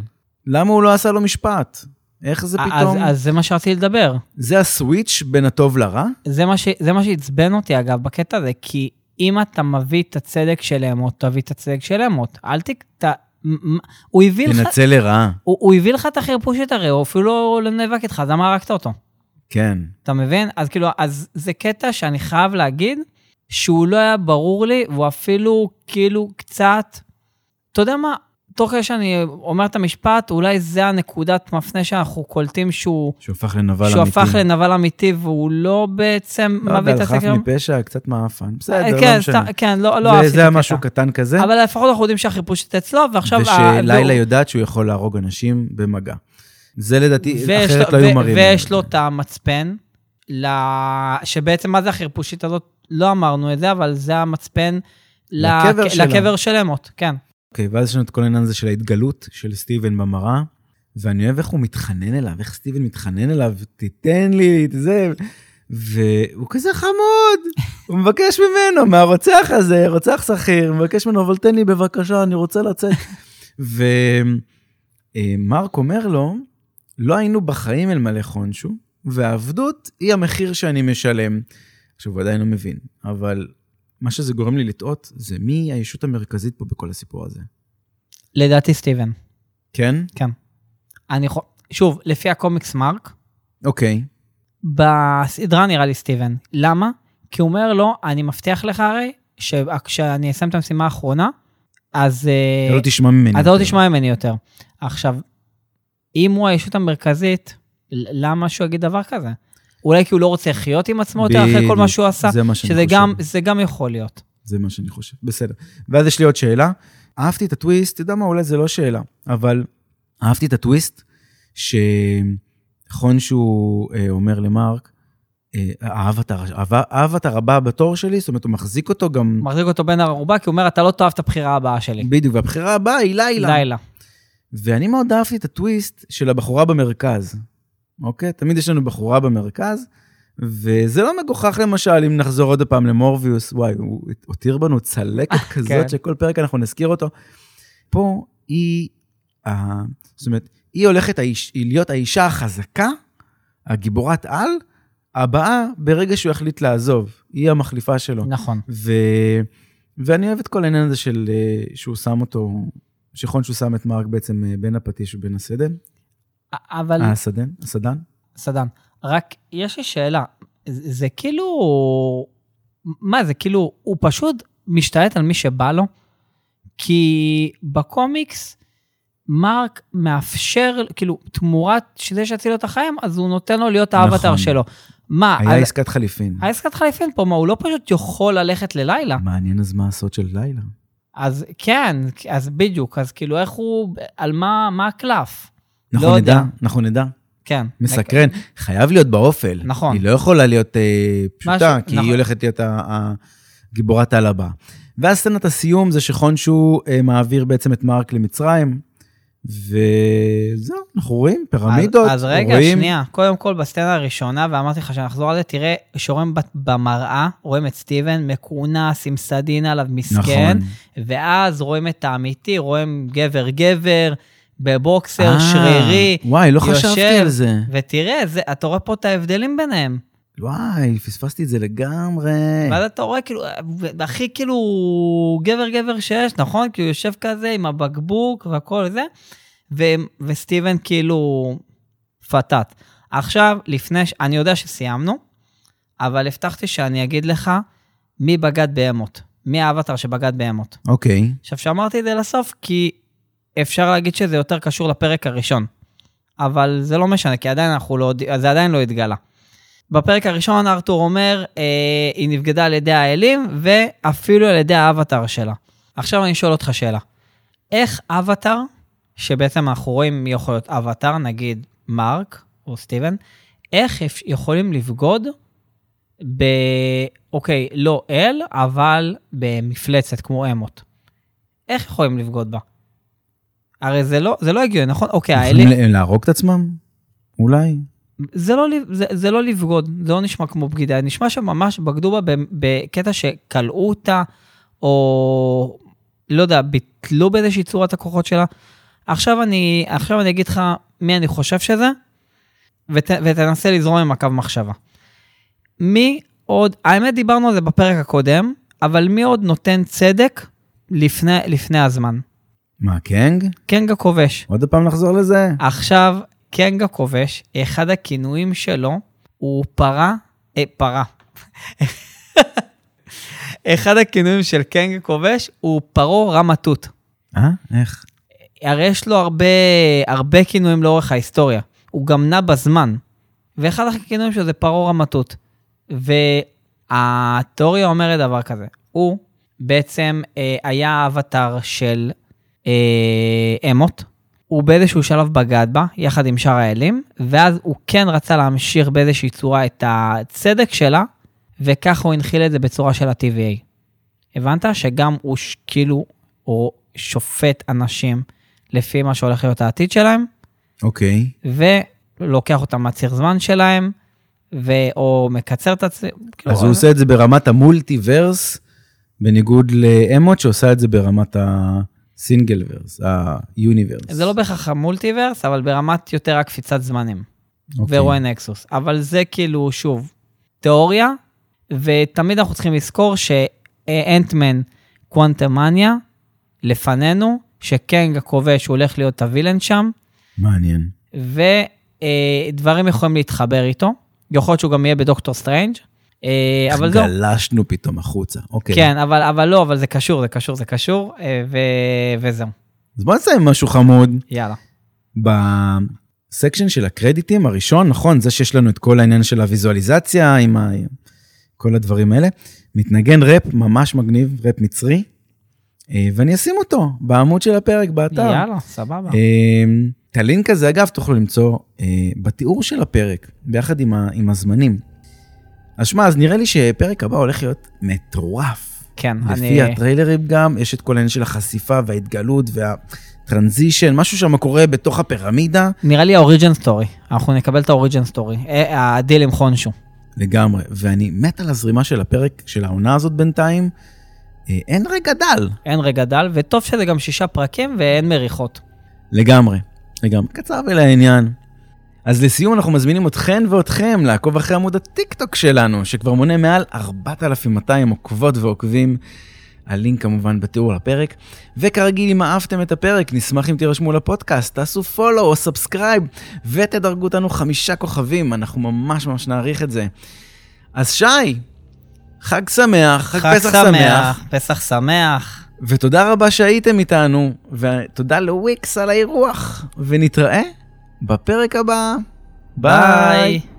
למה הוא לא עשה לו משפט? איך זה פתאום... אה, אז, אז זה מה שרציתי לדבר. זה הסוויץ' בין הטוב לרע? זה מה, ש... זה מה שעצבן אותי, אגב, בקטע הזה, כי אם אתה מביא את הצדק של אמות, תביא את הצדק של אמות. אל ת... ת... מ- מ- הוא הביא לך... תנצל לרעה. הוא, הוא הביא לך את החרפושת הרי, הוא אפילו לא נאבק איתך, אז למה הרגת אותו? כן. אתה מבין? אז כאילו, אז זה קטע שאני חייב להגיד, שהוא לא היה ברור לי, והוא אפילו כאילו קצת... אתה יודע מה? תוך כדי שאני אומר את המשפט, אולי זה הנקודת מפנה שאנחנו קולטים שהוא... שהוא הפך לנבל שהוא אמיתי. הפך לנבל אמיתי, והוא לא בעצם לא מביא יודע, את על חף הסקר. מפשע, קצת מעפן. בסדר, כן, לא משנה. סתם- כן, לא לא זה- אהבתי את זה היה הקטע. משהו קטן כזה, אבל לפחות אנחנו יודעים שהחיפושית אצלו, ועכשיו... ה- ושלילה והוא- יודעת שהוא יכול להרוג אנשים במגע. זה לדעתי, ויש אחרת לו- לא היו ו- מראים. ויש לו את המצפן, ל- שבעצם מה זה החרפושית הזאת? לא אמרנו את זה, אבל זה המצפן ל- לקבר שלה. לקבר של אמות, כן. אוקיי, ואז יש לנו את כל העניין הזה של ההתגלות של סטיבן במראה, ואני אוהב איך הוא מתחנן אליו, איך סטיבן מתחנן אליו, תיתן לי את זה, והוא כזה חמוד, הוא מבקש ממנו, מהרוצח הזה, רוצח שכיר, מבקש ממנו, אבל תן לי בבקשה, אני רוצה לצאת. ומרק אומר לו, לא היינו בחיים אלמלא חונשו, והעבדות היא המחיר שאני משלם. עכשיו, הוא עדיין לא מבין, אבל מה שזה גורם לי לטעות, זה מי הישות המרכזית פה בכל הסיפור הזה. לדעתי סטיבן. כן? אני חו- שוב, לפי הקומיקס מרק, אוקיי. בסדרה נראה לי סטיבן. למה? כי הוא אומר לו, אני מבטיח לך הרי, שכשאני אסיים את המשימה האחרונה, אז... אה, אתה לא תשמע ממני. אתה לא יותר. תשמע ממני יותר. עכשיו, אם הוא הישות המרכזית, ל- למה שהוא יגיד דבר כזה? אולי כי הוא לא רוצה לחיות עם עצמו יותר אחרי כל בדיוק. מה שהוא עשה, זה מה שאני שזה חושב. גם, זה גם יכול להיות. זה מה שאני חושב. בסדר. ואז יש לי עוד שאלה. אהבתי את הטוויסט, אתה יודע מה, אולי זה לא שאלה, אבל אהבתי את הטוויסט, שנכון שהוא אה, אומר למרק, אה, אהב את הר- אהב- אהב את הרבה בתור שלי, זאת אומרת, הוא מחזיק אותו גם... מחזיק אותו בין הערובה, כי הוא אומר, אתה לא תאהב את הבחירה הבאה שלי. בדיוק, והבחירה הבאה היא לילה. לילה. ואני מאוד אהבתי את הטוויסט של הבחורה במרכז, אוקיי? תמיד יש לנו בחורה במרכז, וזה לא מגוחך למשל, אם נחזור עוד פעם למורביוס, וואי, הוא הותיר בנו צלקת כזאת, כן. שכל פרק אנחנו נזכיר אותו. פה היא, אה, זאת אומרת, היא הולכת האיש, היא להיות האישה החזקה, הגיבורת על, הבאה ברגע שהוא יחליט לעזוב. היא המחליפה שלו. נכון. ו... ואני אוהב את כל העניין הזה של... אה, שהוא שם אותו, שכון שהוא שם את מרק בעצם אה, בין הפטיש ובין הסדן. א- אבל, אה, הסדן? הסדן? סדן, רק יש לי שאלה, זה זה כאילו... מה, זה כאילו, הוא פשוט משתלט על מי שבא לו? כי בקומיקס, מרק מאפשר, כאילו, תמורת שזה שיציל לו את החיים, אז הוא נותן לו להיות האבטר נכון. שלו. מה, היה אז- עסקת חליפין. אה, היה עסקת חליפין פה, מה, הוא לא פשוט יכול ללכת ללילה. מעניין אז מה הסוד של לילה. לא אז כן, אז בדיוק, אז כאילו איך הוא, על מה, מה הקלף? אנחנו יודע. נדע, אנחנו נדע. כן. מסקרן. חייב להיות באופל. נכון. היא לא יכולה להיות אה, פשוטה, משהו- כי נכון. היא הולכת להיות ה- ה- גיבורת על הבא. ואז סצנת הסיום זה שחונשו אה, מעביר בעצם את מארק למצרים, וזהו, אנחנו רואים פירמידות, אז, אז רגע, רואים... שנייה, קודם כל בסצנה הראשונה, ואמרתי לך שנחזור על זה, תראה, שרואים ב- במראה, רואים את סטיבן מכונס עם סדין עליו מסכן, נכון. ואז רואים את האמיתי, רואים גבר גבר, בבוקסר, אה, שרירי, וואי, לא חשבתי יושב. על זה. ותראה, זה, אתה רואה פה את ההבדלים ביניהם. וואי, פספסתי את זה לגמרי. ואז אתה רואה כאילו, הכי כאילו גבר גבר שיש, נכון? כי הוא יושב כזה עם הבקבוק והכל זה, ו, וסטיבן כאילו פתת. עכשיו, לפני, ש- אני יודע שסיימנו, אבל הבטחתי שאני אגיד לך מי בגד בהמות, מי האבטר שבגד בהמות. אוקיי. עכשיו, שאמרתי את זה לסוף, כי אפשר להגיד שזה יותר קשור לפרק הראשון. אבל זה לא משנה, כי עדיין אנחנו לא, יודע- זה עדיין לא התגלה. בפרק הראשון ארתור אומר, אה, היא נבגדה על ידי האלים, ואפילו על ידי האבטר שלה. עכשיו אני שואל אותך שאלה. איך אבטר, שבעצם אנחנו רואים מי יכול להיות אבטר, נגיד מרק או סטיבן, איך אפ- יכולים לבגוד ב... אוקיי, לא אל, אבל במפלצת כמו אמות. איך יכולים לבגוד בה? הרי זה לא, זה לא הגיוני, נכון? אוקיי, האלים... יכולים לה- להרוג את עצמם? אולי? זה לא, לב- זה, זה לא לבגוד, זה לא נשמע כמו בגידה, נשמע שממש בגדו בה ב- בקטע שכלאו אותה, או לא יודע, ביטלו באיזושהי צורה את הכוחות שלה. עכשיו אני, עכשיו אני אגיד לך מי אני חושב שזה, ות, ותנסה לזרום עם הקו מחשבה. מי עוד, האמת דיברנו על זה בפרק הקודם, אבל מי עוד נותן צדק לפני, לפני הזמן? מה, קנג? קנגה כובש. עוד פעם נחזור לזה? עכשיו, קנגה כובש, אחד הכינויים שלו הוא פרה, אה, פרה. אחד הכינויים של קנגה כובש הוא פרעה רמתות. אה? איך? הרי יש לו הרבה, הרבה כינויים לאורך ההיסטוריה. הוא גם נע בזמן. ואחד הכינויים שלו זה פרעה רמתות. והתיאוריה אומרת דבר כזה, הוא בעצם אה, היה האבטר של אה, אמות, הוא באיזשהו שלב בגד בה, יחד עם שאר האלים, ואז הוא כן רצה להמשיך באיזושהי צורה את הצדק שלה, וכך הוא הנחיל את זה בצורה של ה-TVA. הבנת? שגם הוא ש- כאילו, הוא שופט אנשים לפי מה שהולך להיות העתיד שלהם, אוקיי. ולוקח אותם מהציר זמן שלהם, ו... או מקצר את הציר... כאילו, אז הוא עושה את זה ברמת המולטיברס, בניגוד לאמות שעושה את זה ברמת הסינגל ורס, היוניברס. זה לא בהכרח המולטיברס, אבל ברמת יותר הקפיצת זמנים. אוקיי. ורואה נקסוס. אבל זה כאילו, שוב, תיאוריה, ותמיד אנחנו צריכים לזכור שאנטמן קוונטמניה לפנינו, שקנג הכובש הולך להיות הווילן שם, מעניין. ודברים יכולים להתחבר איתו. יכול להיות שהוא גם יהיה בדוקטור סטרנג', אה, איך אבל זהו. גלשנו פתאום החוצה. אוקיי. כן, אבל, אבל לא, אבל זה קשור, זה קשור, זה קשור, אה, ו... וזהו, אז בוא נעשה משהו חמוד. יאללה. בסקשן של הקרדיטים הראשון, נכון, זה שיש לנו את כל העניין של הוויזואליזציה עם ה... כל הדברים האלה, מתנגן ראפ ממש מגניב, ראפ מצרי, אה, ואני אשים אותו בעמוד של הפרק באתר. יאללה, סבבה. אמ, את הלינק הזה, אגב, תוכלו למצוא אה, בתיאור של הפרק, ביחד עם, ה, עם הזמנים. אז שמע, אז נראה לי שפרק הבא הולך להיות מטורף. כן, לפי אני... הטריילרים גם, יש את כל העניין של החשיפה וההתגלות והטרנזישן, משהו שם קורה בתוך הפירמידה נראה לי האוריג'ן סטורי, אנחנו נקבל את האוריג'ן סטורי, אה, הדיל עם חונשו. לגמרי. ואני מת על הזרימה של הפרק, של העונה הזאת בינתיים. אה, אין רגע דל. אין רגע דל, וטוב שזה גם שישה פרקים ואין מריחות. לגמרי, לגמרי. קצר ולעניין. אז לסיום אנחנו מזמינים אתכן ואתכם לעקוב אחרי עמוד הטיקטוק שלנו, שכבר מונה מעל 4,200 עוקבות ועוקבים. הלינק כמובן בתיאור לפרק. וכרגיל, אם אהבתם את הפרק, נשמח אם תירשמו לפודקאסט, תעשו follow או סאבסקרייב, ותדרגו אותנו חמישה כוכבים, אנחנו ממש ממש נעריך את זה. אז שי, חג שמח, חג, פסח שמח. פסח שמח. ותודה רבה שהייתם איתנו, ותודה לוויקס על האירוח, ונתראה בפרק הבא. ביי. ביי. ביי.